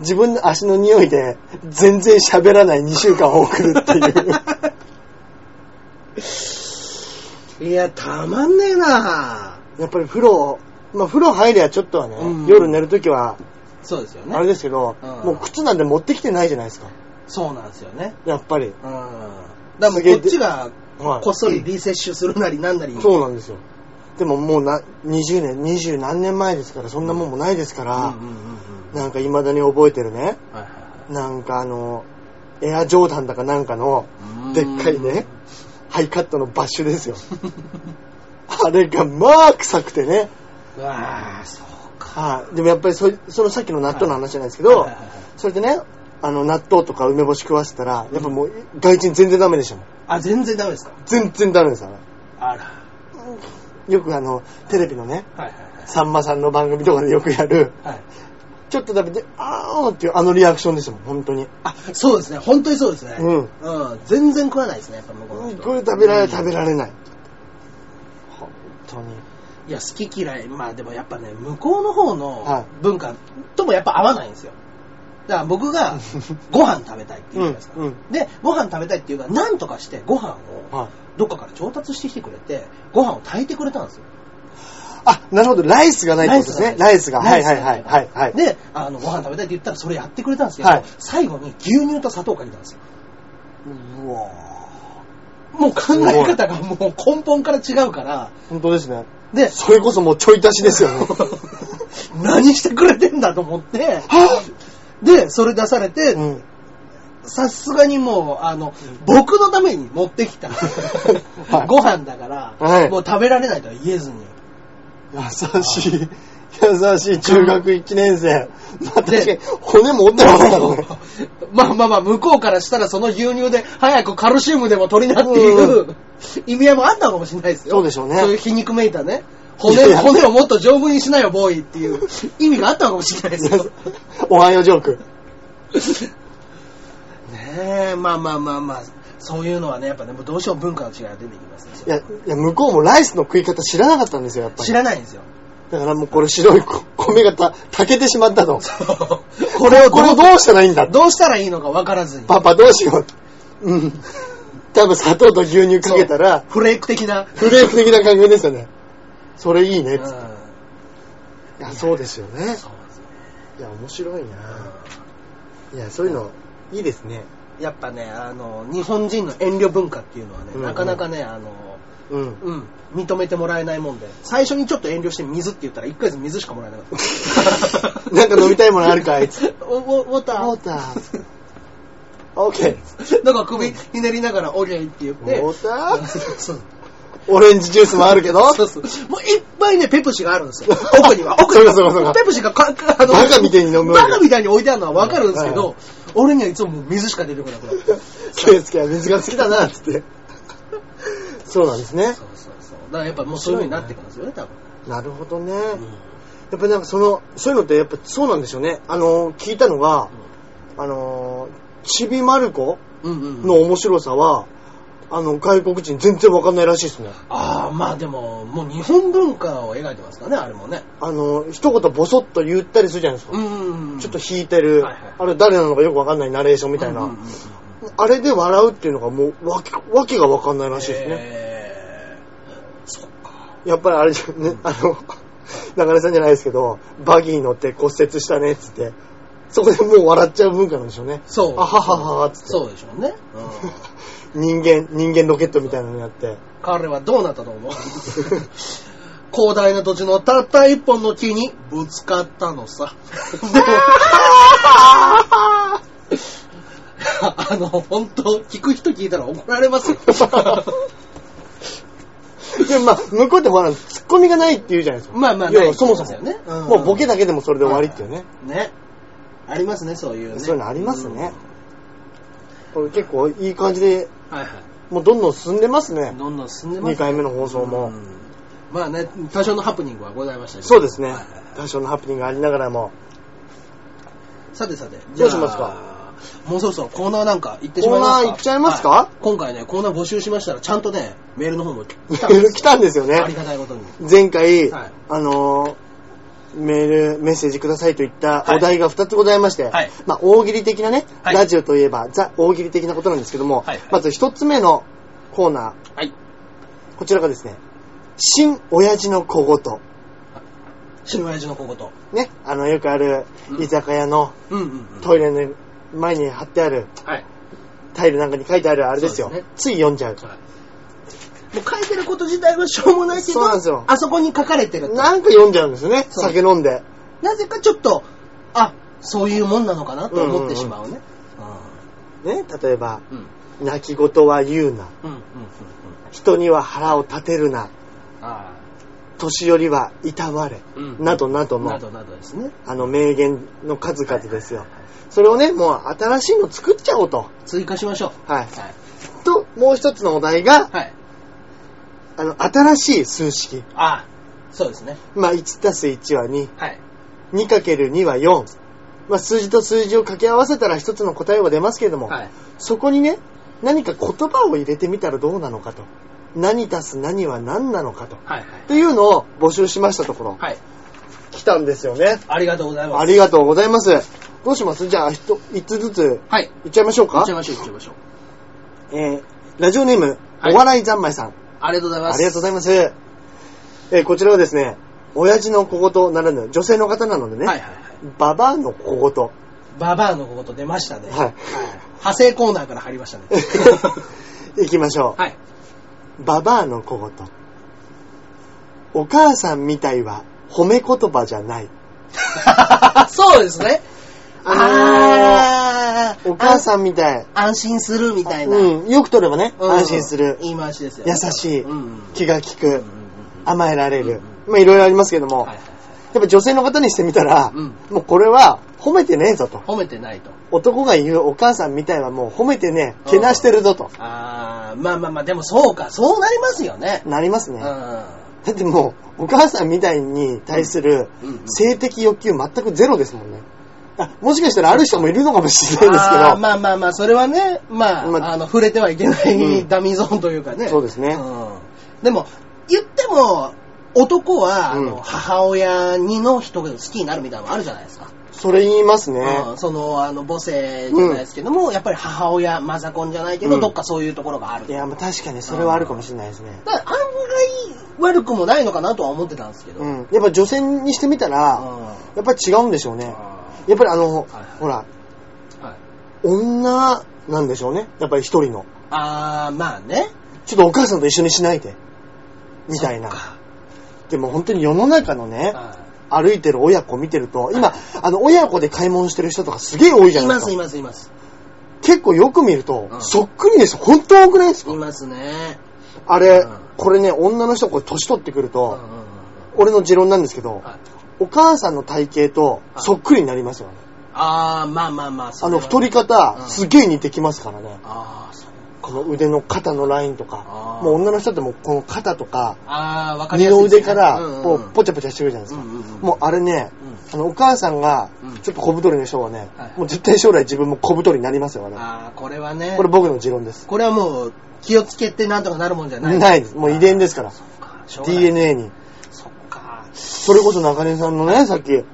自分の足の匂いで全然喋らない2週間を送るっていう。いや、たまんねえな やっぱり風呂、まあ風呂入りゃちょっとはね、うん夜寝るときは、そうですよあれね。ですけど、うんもう靴なんて持ってきてないじゃないですか。そうなんですよね。やっぱり。うん。だからもすうげえこっちがはいこっそりリセッシュするなりなんなり。そうなんですよ。でももうな、20年、20何年前ですから、そんなもんもないですかうんらうん、うんうん。なんか未だに覚えてるね、はいはなんかあの、エアジョーダンだかなんかの、いはいでっかいね。、ハイカットのバッシュですよ。あれがまあ臭くてね。う わあ、そうか。はい。でもやっぱりそ、そのさっきの納豆の話じゃないですけはいどはいはい、それでね、あの、納豆とか梅干し食わせたら、やっぱもう、外人全然ダメでしたもん。あ、全然ダメですか。全然ダメです、あれ。あら。よくあの、テレビのね、はいはいさんまさんの番組とかでよくやる、はい。はい。ちょっと食べて、あーっていうあのリアクションでしたもん、本当に。あ、そうですね。本当にそうですね。うん。うん。全然食わないですね、やっぱ向こうの人これ食べられ、食うんべられない。本当に。いや、好き嫌い。まあでもやっぱね、向こうの方はの文化ともやっぱ合わないんですよ。だから 僕がご飯食べたいって言うじゃないですか。うんうんで、ご飯食べたいっていうから、なんとかしてご飯をはい。どっかから調達してきてくれて、ご飯を炊いてくれたんですよ。あ、なるほど、ライスがないってことですね。ライスが。はラいイスはいがなはいいはいはい。で、あの、ご飯食べたいって言ったらそれやってくれたんですけど、はい最後に牛乳と砂糖をかけたんですよ。うわもう考え方がもう根本から違うから、ー本当ですね。で、それこそもうちょい足しですよ ね。 何してくれてんだと思って、はで、それ出されて、うん。さすがにもう、あの、僕のために持ってき たいご飯だから、はいもう食べられないとは言えずに。優しい、優しい中学1年生。まあ確かにで骨も折ってなかったもんね。 まあまあまあ、向こうからしたらその牛乳で早くカルシウムでも取りなっていうう意味合いもあったのかもしれないですよ。そうでしょうねそういう皮肉めいたね。いやい骨や骨をもっと丈夫にしなよ、ボーイっ ていう意味があったのかもしれないですよ。おはようジョーク。ねえ、まあまあまあまあ、そういうのはね、やっぱね、もうどうしよう文化の違いが出てきますね。いや、いや向こうもライスの食い方知らなかったんですよ、やっぱり。知らないんです よ。だからもうこれ白いこ米がた炊けてしまったと。これをこれをどうどうしたらいいんだどうしたらいいのか分からずに。パパどうしよう。うん。多分砂糖と牛乳かけたら、フレーク的な。フレーク的な感覚ですよね。それいいねっうんつって。いや、そうですよね。そうですねいや、面白いな。いや、そういうの、いいですね。やっぱね、あの、日本人の遠慮文化っていうのはね、うんうんなかなかね、あの、うん。うん、認めてもらえないもんで、最初にちょっと遠慮して水って言ったら、1ヶ月水しかもらえなかっ た。なんか飲みたいものあるかいつおおウォーター。ウォーターオッケ なんか首ひねりながら、オリエンって言っー。て。ウォーター そうオレンジジュースもあるけど、そうそう。もういっぱいね、ペプシがあるん ですよ。奥には。奥には。そうかそうかそうかペプシがかかあのバカみたいに飲むわけバカみたいに置いてあるのはわかるんですけはいはど、俺にはいつももう水しか出てこなくなって。そう ケイスケは水が好きだな、つって。そうなんですね。そうそう。だからやっぱもうそういう風になってくるんですよね、多分。なるほどね。やっぱりなんかその、そういうのってやっぱそうなんですよね。あの、聞いたのが、あの、ちびまる子うんうん。の面白さは、あの、外国人全然わかんないらしいですね。ああ、まあでも、もう日本文化を描いてますからね、あれもね。あの、一言ボソッと言ったりするじゃないですか。うん。ちょっと引いてる、はいはいあれ誰なのかよくわかんないナレーションみたいな、うんうんうんうんあれで笑うっていうのがもうわけわけがわかんないらしいですね。へーそっか。やっぱりあれじゃね、あの、 中根さんじゃないですけど、バギー乗って骨折したねっつって、そこでもう笑っちゃう文化なんでしょうね。そう。あははははっつってそうでしょうね。 うん人間、人間ロケットみたいなのや って。彼はどうなったと思う 広大な土地のたった一本の木にぶつかった のさ。あの、本当聞く人聞いたら怒ら れますよ。で、まあ、向こうでもあの、ツッコミがないって言うじゃないですか。まあまあ要はないそもそそうも、ですよねうんもうボケだけでもそれで終わりっていうね。ね。ありますね、そういうね。そういうのありますね。これ結構いい感じで、うん。はいはもうどんどん進んでますねい。。どんどん進んでます、 2回目の放送も。うんまあね、多少のハプニングはございましたけどそうですねはいはい。多少のハプニングがありながらも。さてさどて、うしじゃあますかもうそろそろコーナーなんか行ってしまいますかコーナー行っちゃいますかは今回ね、コーナー募集しましたら、ちゃんとね、 メールの方も来たんですよ来たんですよねあり。がたいことに。前回、はいあのーメール、メッセージくださいといったはいお題が2つございまして、はいまあ、大喜利的なね、はいラジオといえば、ザ大喜利的なことなんですけども、はいはいまず1つ目のコーナはい。ー、こちらがですね、新親父の小言。新親父の小言。ね、あの、よくあるうん居酒屋のうんうん、うん。トイレの前に貼ってある、はい。タイルなんかに書いてあるあれですよ。そうですねつい読んじゃう。もう書いてること自体はしょうもないけそうなんですよど、あそこに書かれてると。なんか読んじゃうんですね、そう酒飲んで。なぜかちょっと、あ、そういうもんなのかなと思ってしまうね。ね、例えば、うん。うん。泣き言は言うな。うん。うん。うん。人には腹を立てるな。あ年寄りはいたわれ。あ。うんなどなどなの、どなどですね。あの、名言の数々ですよ。それをね、もう新しいの作っちゃおうと。追加しましょう。はい。はい。と、もう一つのお題が、はい。あの、新しい数式。ああ。そうですね。まあ、1たす1は2。はい。 2×2 は4。まあ、数字と数字を掛け合わせたら一つの答えは出ますけれども、はい。そこにね、何か言葉を入れてみたらどうなのかと。何たす何は何なのかと。はい。というのを募集しましたところ、はい。来たんですよね。ありがとうございまあす。りがとうございます。どうしますじゃあ、一一つずつ、はい。いっちゃいましょう行っかちゃいましょう、行っちゃいましょう。えー、ラジオネーム、はいお笑い三昧さん、ありがとうございまあす。りがとうございます。えーこちらはですね、親父の小言ならぬ、女性の方なのでね、はいはいはい。ババアの小 言。ババアのこと出ましたね。はい派生コーナーから入りましたね。いきましょはい。う。ババアの小言。お母さんみたいは褒め言葉じゃない。 そうですね。ああのー、お母さんみたい。あ安心するみたいな。うん、よく取ればね、うん安心する。いい回しですよ。優しいうんうんうん。気が利くうんう。んうん甘えられるうん。まあいろいろありますけども、はいはいやっはぱ女性の方にしてみたらい。、うん。もうこれは褒めてねえぞと。褒めてないと。男が言うお母さんみたいはもう褒めてねえ、うけんなしてるぞと。ああ、まあまあまあ、でもそうか、そうなりますよね。なりますうね。ん。だはってもう、お母さんみたいに対するうんうんうん性的欲求全くゼロですもんね。あ、もしかしたらある人もいるのかもしれないんですけど、まあまあまあ、それはね、ままああ、あの、触れてはいけなうんいダミーゾーンというかね。そうですねうんでも、言っても、男は、あうのん母親にの人が好きになるみたいなのあるじゃないですか。それ言いますね。うんその、あの、母性じゃないですけども、やっぱり母親、マザコンじゃないけど、うんどっかそういうところがある。いや、まあ確かにそれはあるかもしれないですね。だから案外悪くもないのかなとは思ってたんですけど。ううんん。やっぱ女性にしてみたら、はやっぱり違うんでしょうね。やっぱりあの、はいほら、い女なんでしょうね。やっぱり一人の。あー、まあね。ちょっとお母さんと一緒にしないで。みたいそっな。かでも本当に世の中のね、はい歩いてる親子見てると、今、あの、親子で買い物してる人とかすげえ多いじゃいないでますす、か。います、います。結構よく見ると、うんそっくりです。本当多くないですいかますね。あれ、うんこれね、女の人、これ年取ってくるうんうんと、うん俺の持論なんですけど、はいお母さんの体型とはいそっくりになりますよね。あー、まあまあまあ、そあれはの、ね太り方、うんすげえ似てきますからね。ああ、そう。この腕の肩のラインとあか、ーもう女の人ってもうこの肩とか、ああ、わかり二やすいのです腕かね。ら、こんう、ポチャポチャしてくるじゃないですか。うんうんうんもうあれね、あの、お母さんがうん、ちょっと小太りの人はね、はいもう絶対将来自分も小太りになりますよ、あれ。ああ、これはね。これ僕の持論です。これはもう、気をつけてなんとかなるもんじゃない。ないです。もう遺伝ですから。そっか。しょうがない DNA に。そっか。それこそ中根さんのね、さっきはい。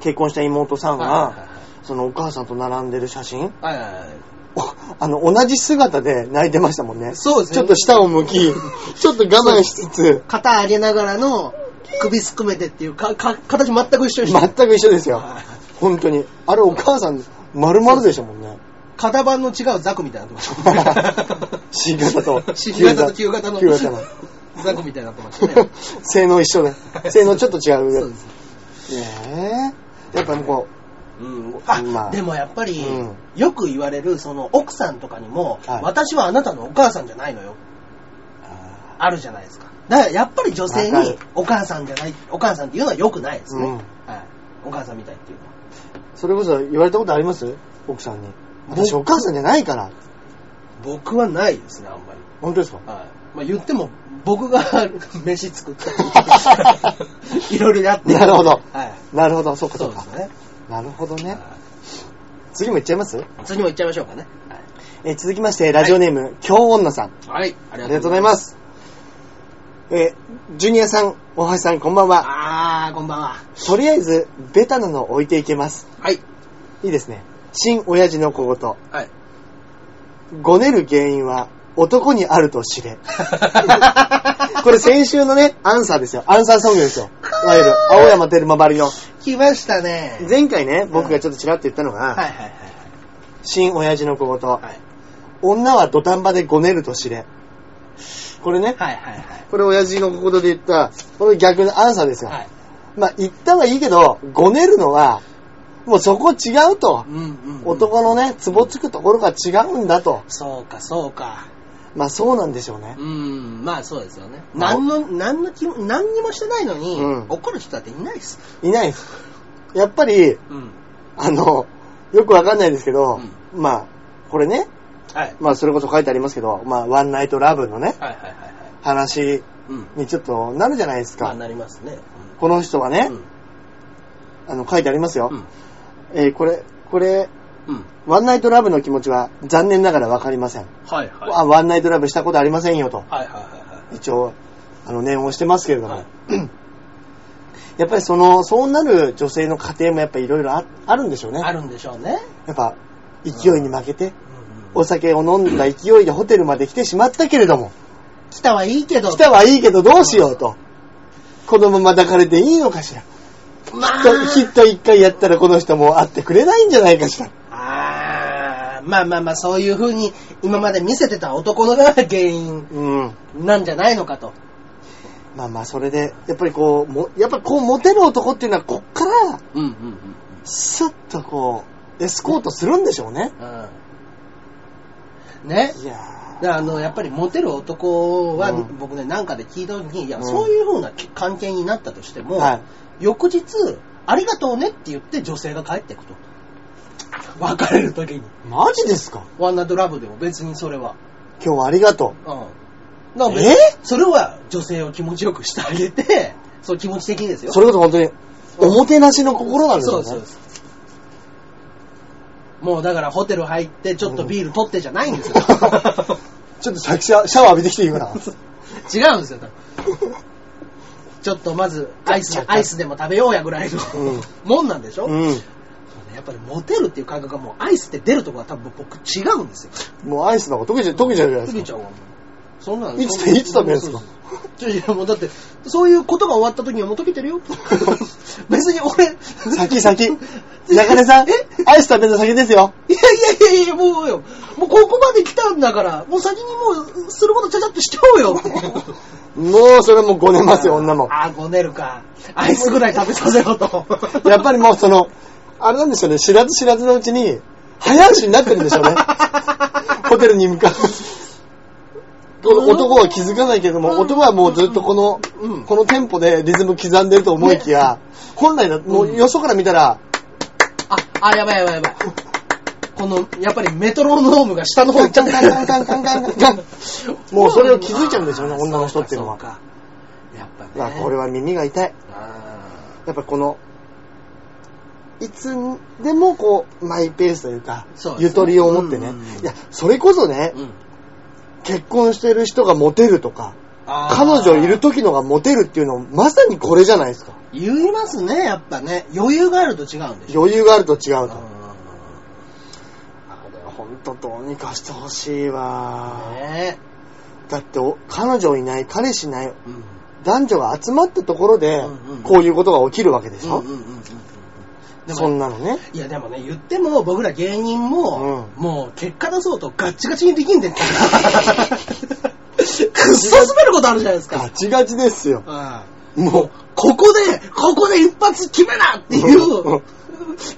結婚した妹さんはいが、そのお母さんと並んでる写真、はいはいはいはい。おあの、同じ姿で泣いてましたもんね。そうですねちょっと下を向 き、ちょっと我慢しつつ、肩上げながらの、首すくめてっていうか、か、形全く一緒でした。全く一緒ですよ。はい本当に。あれお母さん、丸々でしたもんね。型番の違うザクみたいになってました。 C 型 と C 型と旧型の。旧型の。ザクみたいになってましたね。性能一緒ね。性能ちょっと 違そううです。ねえ。やっぱこうん、あ、まあでもやっぱり、うんよく言われるその奥さんとかにも、はい私はあなたのお母さんじゃないのよあるじゃないですかだからやっぱり女性わかるにお母さんじゃないお母さんっていうのは良くないですね、うんはい、お母さんみたいっていうのはう、それこそ言われたことあります奥さんに。僕私お母さんじゃないから。僕はないですねあんまり、本当ですかはいまあ、言っても僕が 飯作った りいろいろやってなるほどはい、なるほど、そっかそそうっでかす。ねなるほどね。は次もいっちゃいますい次も行っちゃいましょうかねえー続きまして、ラジオネーム、京女さん。はい、はい、あありがとうございます。えージュニアさん、大橋さん、こんばんは。あー、こんばんは。とりあえず、ベタなの置いていけます。はい。いいですね。新親父の小言。はい。ごねる原因は男にあると知れ。 これ先週のね、アンサーですよ。アンサーソングですよ。いわゆる、青山テルマばりの。来ましたね。前回ね、僕がちょっとちらっと言ったのが、はいはいはい。新親父の小言、い女は土壇場でごねると知れ。これね、はいはいはい。これ親父の小言で言った、これ逆のアンサーですよ。はい。まあ言ったはいいけど、ごねるのは、もうそこ違うと。うんうんうん。男のね、つぼつくところが違うんだと。そうかそうか。まあそうなんでしょうね。うん、まあそうですよね。まあ何の、何の気も、何にもしてないのに、うん怒る人だっていないっす。いないです。やっぱり、うん。あの、よくわかんないですけど、まあ、これね、はい。まあ、それこそ書いてありますけど、まあ、ワンナイトラブのね、はいはいはいはい。話うん。にちょっとなるじゃないですまあか。なりますね。この人はうね、ん。あの、書いてありますよ。うんえーこれ、これ、うん。うん。ワンナイトラブの気持ちは残念ながらわかりません、はいはい。あ。ワンナイトラブしたことありませんよと。はいはいは一応、あの、念をしてますけれいどはい。も。はい。 やっぱりその、そうなる女性の家庭もやっぱいろいろああるんでしょうね。あるんでしょうね。やっぱ、勢いに負けて、うんうん。お酒を飲んだ勢いでホテルまで来てしまったけれども、来たはいいけど。来たはいいけどどうしようと。このまま抱かれていいのかしら。まあきっときっと一回やったらこの人も会ってくれないんじゃないかしら。あーまあまあまあ、そういう風に今まで見せてた男のが原因うん。なんじゃないのかと。まあまあ、それで、やっぱりこう、もやっぱこう、モテる男っていうのは、こっから、うんうんスッとこう、エスコートするんでしょうね。うん。うん。ね。いやであの、やっぱりモテる男は、うん僕ね、なんかで聞いた時に、いや、うんそういう風な関係になったとしてー。も、はい。翌日、ありがとうねって言って女性が帰ってくと。別れる時に。マジですかワンナイトラブでも別にそれは。今日はありがとうん。なのでえそれは女性を気持ちよくしてあげて、そう気持ち的にですう。よ。それこそ本当に、おもてなしの心なんですそようね。そうです。もうだからホテル入ってちょっとビール取ってじゃない んですよ。ちょっと先シャシャワー浴びてきていいかな。 違うんですよ。多分ちょっとまずアイスちょっ、とアイスでも食べようやぐらいのうん もんなんでしょ、うん。やっぱりモテるっていう感覚がもうアイスって出るとこは多分僕違うんですよ。もうアイスなんか溶けちゃう、溶けちゃうじゃないです次か。ちゃうわもうそんなのいつそんないつ食べるんですか いやいやもうだって、そういうことが終わった時にはもう溶けて るよ。別に俺、先先。中根 さん、アイス食べるの先ですよ。いやいやいやいや、もうよ。もうここまで来たんだから、もう先にもう、することちゃちゃっとしちゃおうよ。もうそれもうごねますよ、女も。あー、ごねるか。アイスぐらい食べさせろと。 やっぱりもうその、あれなんですよね、知らず知らずのうちに、早足になってるんでしょうね。ホテルに向かう。この男は気づかないけれども、男はもうずっとこの、うんこのテンポでリズム刻んでると思いきや、本来だ、もうよそから見たら、あ、あ、やばいやばいやばい。この、やっぱりメトロノームが下の方カに行ンっちゃカっンた。カンカンカンカンカンもうそれを気づいちゃうんでしょうね、女の人っていうのそは。かそうかやっぱね。まあこれは耳が痛い。あやっぱこの、いつでもこう、マイペースというか、そうですねゆとりを持ってねうんうんうん。いや、それこそねー、うん結婚してる人がモテるとか、あー彼女いる時のがモテるっていうの、まさにこれじゃないですか。言いますね、やっぱね。余裕があると違うんでしょ。余裕があると違うと。う本当どうにかしてほしいわん。。ねだってお、彼女いない、彼氏いない、え。うん男女が集まったところでうんうん、こういうことが起きるわけでしうょんうんうんうんうんでもそんなのね。いやでもね、言っても僕ら芸人も、うもう結果出そうとガッチガチに力んでんから。くっそ滑ることあるじゃないですか。ガチガチですよ。もう、ここで、ここで一発決めなってういうん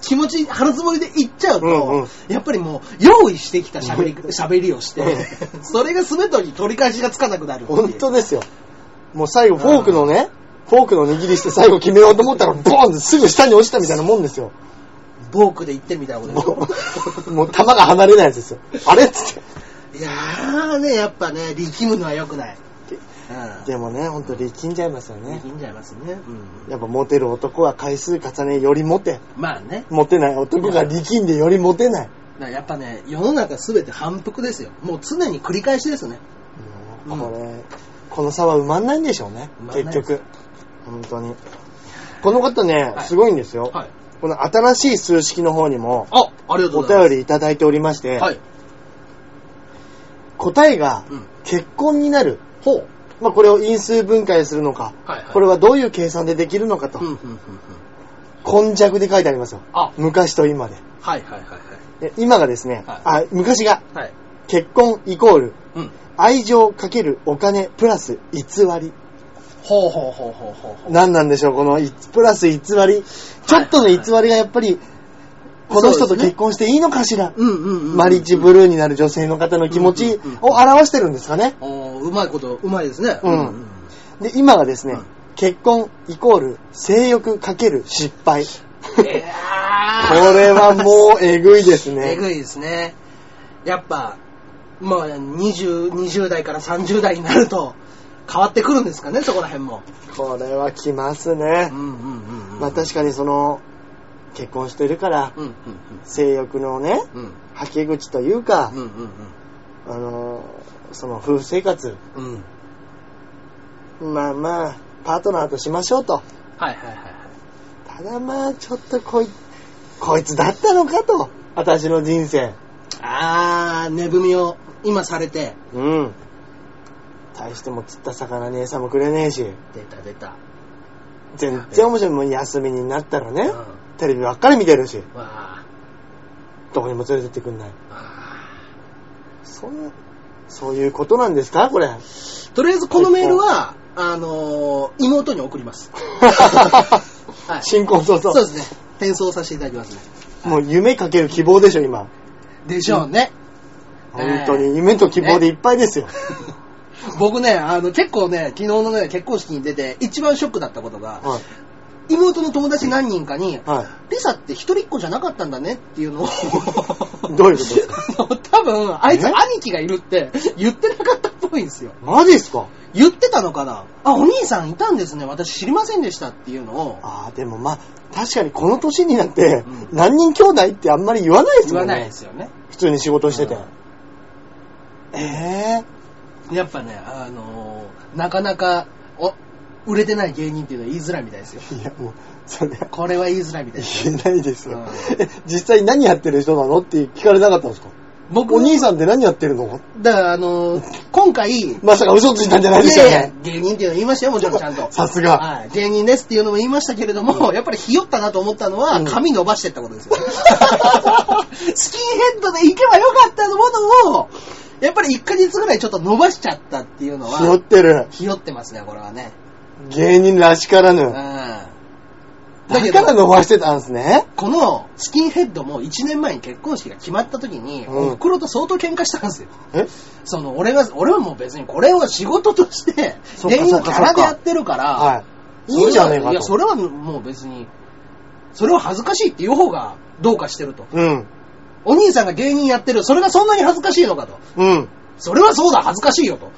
気持ち、腹積もりでいっちゃうと、うんうんやっぱりもう、用意してきた喋り、喋りをしてう、それが全てに取り返しがつかなくなるっていう。本当ですよ。もう最後、フォークのね、フォークの握りして最後決めようと思ったら、ボーンってすぐ下に落ちたみたいなもんですよ。ボークで言ってみたいなことでしょもう、もう球が離れないやつですよ。あれっつっいやーね、やっぱね、力むのは良くない。て。でもね、ほんと力んじゃいますようん。ね力。んじゃいますね。うん。やっぱモテる男は回数重ねよりモテ。まあね、モテない男が力んでよりモテない。だからやっぱね、世の中すべて反復ですよ。もう常に繰り返しですね。もうこれ、この差は埋まんないんでしょうね埋。まんない結局。本当に。この方ね、はいすごいんですよ。はい。この新しい数式の方にも、あ、ありがとうおございます。便りいただいておりまして、はい。答えがうん。結婚になる。ほう。まあ、これを因数分解するのか、はいはい。これはどういう計算でできるのかとうん、うん、うん、うん。根弱で書いてありますよ。あ、昔と今で。はい、はい、はい、はい。で今がですね、はあ、昔が、はい。結婚イコール、うん。愛情かけるお金プラス偽り。ほうほうほうほうほうほう。何なんでしょう、このいプラス偽り。ちょっとの偽りがやっぱり、この人と結婚していいのかしら、うん、うん、うん。マリッジブルーになる女性の方の気持ちを表してるんですかね。おーうまいこと、うまいですね。うんで、今がですね、うん結婚イコール性欲かける失敗。うん。えこーれはもうえぐいですえね。ぐいですね。やっぱ、まあ、20、20代から30代になると、変わってくるんですかね、そこら辺も。これはきますねうん。うんうんうん。まあ確かにその、結婚してるから、うんうん性欲のね、うん。うんはけ口というか、うんうんあのーその夫婦生活、うん。うん。まあまあ、パートナーとしましょうと。はいはいはいはい。ただまあ、ちょっとこい、こいつだったのかと。私の人生。あー、値踏みを今されて、うん。大しても釣った魚に餌もくれねえし、出た出た。全然面白い。もう休みになったらうねん、わテレビばっかり見てるし、あどこにも連れてってくんない。あそんな、そういうことなんですかこれ。ーとりあえずこのメールは、あのー、妹に送ります。はい。新婚早 そうで々。すね。転送させていただきますね。もう夢かける希望でしょ、今。でしょうね。本当に夢と希望でいっぱいですよ。僕ね、あの、結構ね、昨日のね、結婚式に出て、一番ショックだったことが、はい。妹の友達何人かに、はい。、リサって一人っ子じゃなかったんだねっていうの どをういうことですかあの 多分、あいつえ兄貴がいるって言ってなかったっぽいんですよ。マジっすか言ってたのかなあ、お兄さんいたんですね。私知りませんでしたっていうのを、ああ、でもまあ、確かにこの年になってうん、何人兄弟ってあんまり言わないです言もわんないでね。すよね。普通に仕事しててう。ええやっぱね、あのーなかなか、お、売れてない芸人っていうのは言いづらいみたいですよ。ー。いや、もう、それはこれは言いづらいみたいです。言えないですうよん。え実際何やってる人なのって聞かれなかったんですか僕お兄さんって何やってるのだから、あのー今回、まさか嘘ついたんじゃないですよいやいやね。芸人っていうの言いましたよ、もちろんちゃんと。 さすがはい。芸人ですっていうのも言いましたけれども、やっぱりひよったなと思ったのは、うん髪伸ばしてったこと ですよ。スキンヘッドで行けばよかったものを、やっぱり1ヶ月ぐらいちょっと伸ばしちゃったっていうのひよっは、てる。ひよってますね、これはね。芸人らしからうん。ぬ。だけだどから伸ばしてたんですね。このスキンヘッドも1年前に結婚式が決まった時に、うんおふくろと相当喧嘩したんですよ。えその、俺が、俺はもう別にこれを仕事として、そっか芸人のそキっかャラでやってるから、はい。いいじゃねえかいや、そと。れはもう別に、それは恥ずかしいっていう方がどうかしてると。うん。お兄さんが芸人やってる、それがそんなに恥ずかしいのかと。 うん。それはそうだ、恥ずかしいよ と。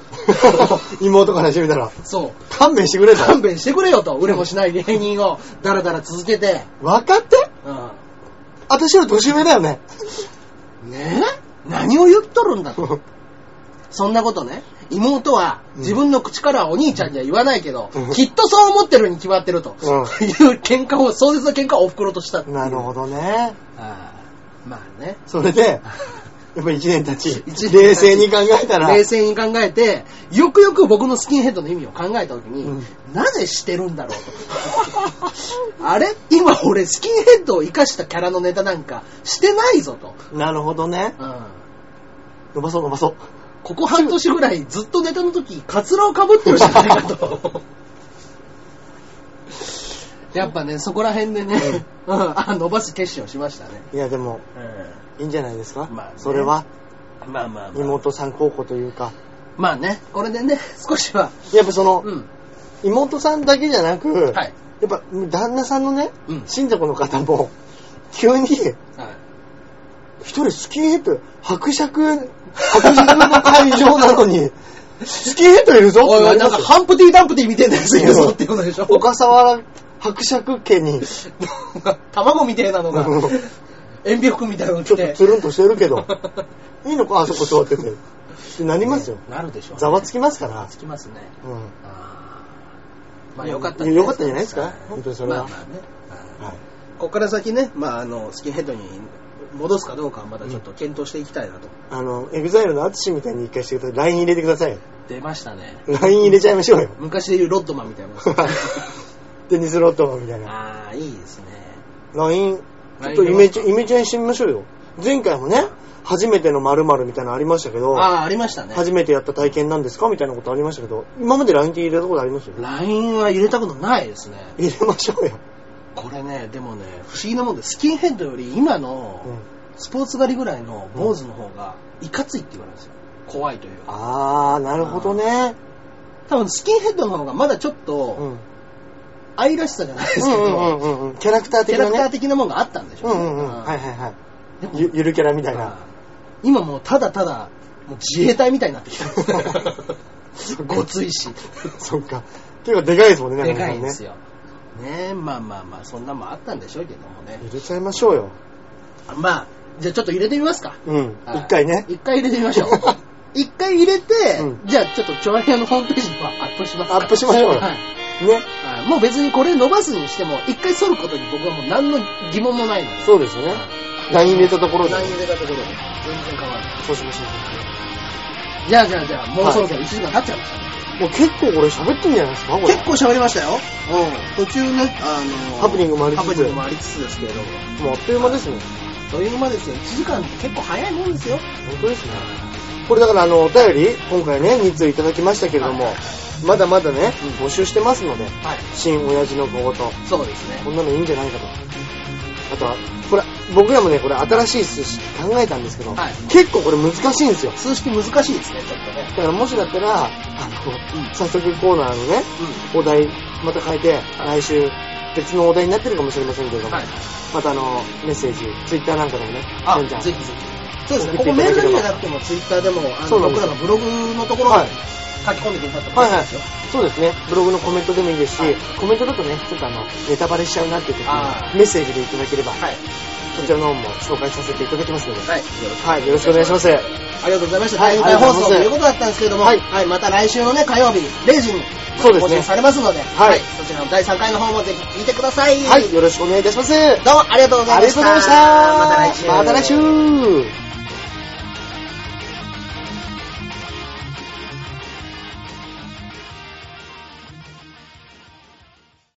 妹からしてみたら、そう。勘弁してくれた勘弁してくれよと。売れもしない芸人をダラダラ続けて。分かってう私より年上だよね。ん。ねえ何を言っとるんだ と。そんなことね。妹は自分の口からはお兄ちゃんには言わないけど、うんきっとそう思ってるに決まってると。いう喧嘩を、壮絶な喧嘩をお袋としたっていうなるほどね。ああまあね。 それで、やっぱり1年経ち、一年経ち冷静に考えたら、冷静に考えて、よくよく僕のスキンヘッドの意味を考えたときに、うんなぜしてるんだろうと。あ れ今俺スキンヘッドを生かしたキャラのネタなんかしてないぞと。なるほどね。うん伸ばそう伸ばそう。ここ半年ぐらいずっとネタの時、カツラをかぶってるじゃないか と。やっぱね、そこら辺でね、 うんあ伸ばす決心をしましたね。いやでも、いいんじゃないですか、まあねそれは、まあまあ妹さん孝行というか、まあね、これでね、少しは、やっぱその、うん、妹さんだけじゃなく、はい、やっぱ旦那さんのね、うん、はい、親族の方も、急に、一人スキンヘッド、伯爵、伯爵の会場なの に、スキンヘッドいるぞおいおい、なんってかりますよハンプティーダンプティーみたいなやついるぞってことでしょ小笠原伯爵家に、卵みたいなのがうん、塩ビ服みたいなのちょ着っとて。つるんとしてるけ ど、いいのかあそこ座ってて。ってなりますよ。なるでしょうね。ざわつきますから。つきますね。うん。あまあよかったんよかったんじゃないですか本当にそれまあはま。あね。はいここから先ね、まああの、スキンヘッドに戻すかどうかはまだちょっと検討していきたいなと。あの、エグザイルの淳みたいに一回してください。LINE 入れてくださいよ。出ましたね。 LINE 入れちゃいましょうよ。昔で言うロッドマンみたいなもんですね。デニス・ロッドマンみたいな。ああ、いいですね。 LINE、ちょっとイメチェン、イメチェンしてみましょうよ。前回もね、初めての〇〇みたいなのありましたけど、ああ、ありましたね。初めてやった体験なんですかみたいなことありましたけど、今まで LINE って入れたことあります LINE は入れたことないですね。入れましょうよ。これね、でもね、不思議なもんで、スキンヘッドより今のうんスポーツ狩りぐらいの坊主の方がいかついって言われるんですよ。怖いというか。あー、なるほどね。多分スキンヘッドの方がまだちょっうとん。愛らしさじゃないですけうんうんど、うんうんキャラクターキ的ャラなクターね。的なもんがあったんでしょううね。んうんうん。はいい。はいはい。でもゆゆるキャラみたいあな。ー今もうただただ、もう自衛隊みたいになってきた。ごついし。 そっか。っていうか、でかいですもんね、 で中か村さいんんですよ。ねえ、まあまあまあ、そんなもんあったんでしょうけどもねね。。入れちゃいましょうよ。まあ、じゃあちょっと入れてみますか。うん。はい一回ね。一回入れてみまし ょう。一回入れて、うんじゃあちょっとチョアヘアのホームページにはアップしますからアップしましょうよはい。ね。はいもう別にこれ伸ばすにしても、一回剃ることに僕はもう何の疑問もないので。そうですねはい。 LINE 入れたところで。何入れたところで。全然変わらない。そうしましょじゃあじゃあじゃあ、もうそろそろ1時間経っちゃいましたね。う。もう結構これ喋ってんじゃないですか、これ。結構喋りましたよ。うん。途中ね、あのーハプニングもありつつハプニングもありつつですけれども。もうあっという間ですね。という間ですよ。1時間って結構早いもんですよ。本当ですね。これだからあの、お便り、今回ね、2通いただきましたけれども、まだまだね、募集してますので、はい。新親父の小言、そうですね。こんなのいいんじゃないかと。あとは、これ、僕らもね、これ新しい数式考えたんですけど、はい結構これ難しいんですよ。数式難しいですね、ちょっとねだ。からもしだったら、あの、早速コーナーのね、お題また変えて、来週別のお題になってるかもしれませんけれどうん。も、はい。またあの、メッセージ、ツイッターなんかでもね、あ、んぜんひぜひ。そうですね、送こってこいたメだーけルればだけじゃなくても、ツイッターでも、あそのうなんで僕すよらのブログのところはいに書き込んでくださってもはいはいいですよ。そうですね。ブログのコメントでもいいですし、はいコメントだとね、ちょっとあの、ネタバレしちゃうなっていう時あに、メッセージでいただければ、はい。そちらの方も紹介させていただきますので、はい。はい、よろしくお願いします。はありがとうございました。は第い2回放送ありがとうごとざいますいうことだったんですけれども、はいはい。また来週のね、火曜日0時に、そうです更ね新されますので、はいそちらの第3回の方もぜひ聞いてください。い、よろしくお願いいたします。ありどうもありがとうござがいまとうしごた。ざいました。また来週。また来週。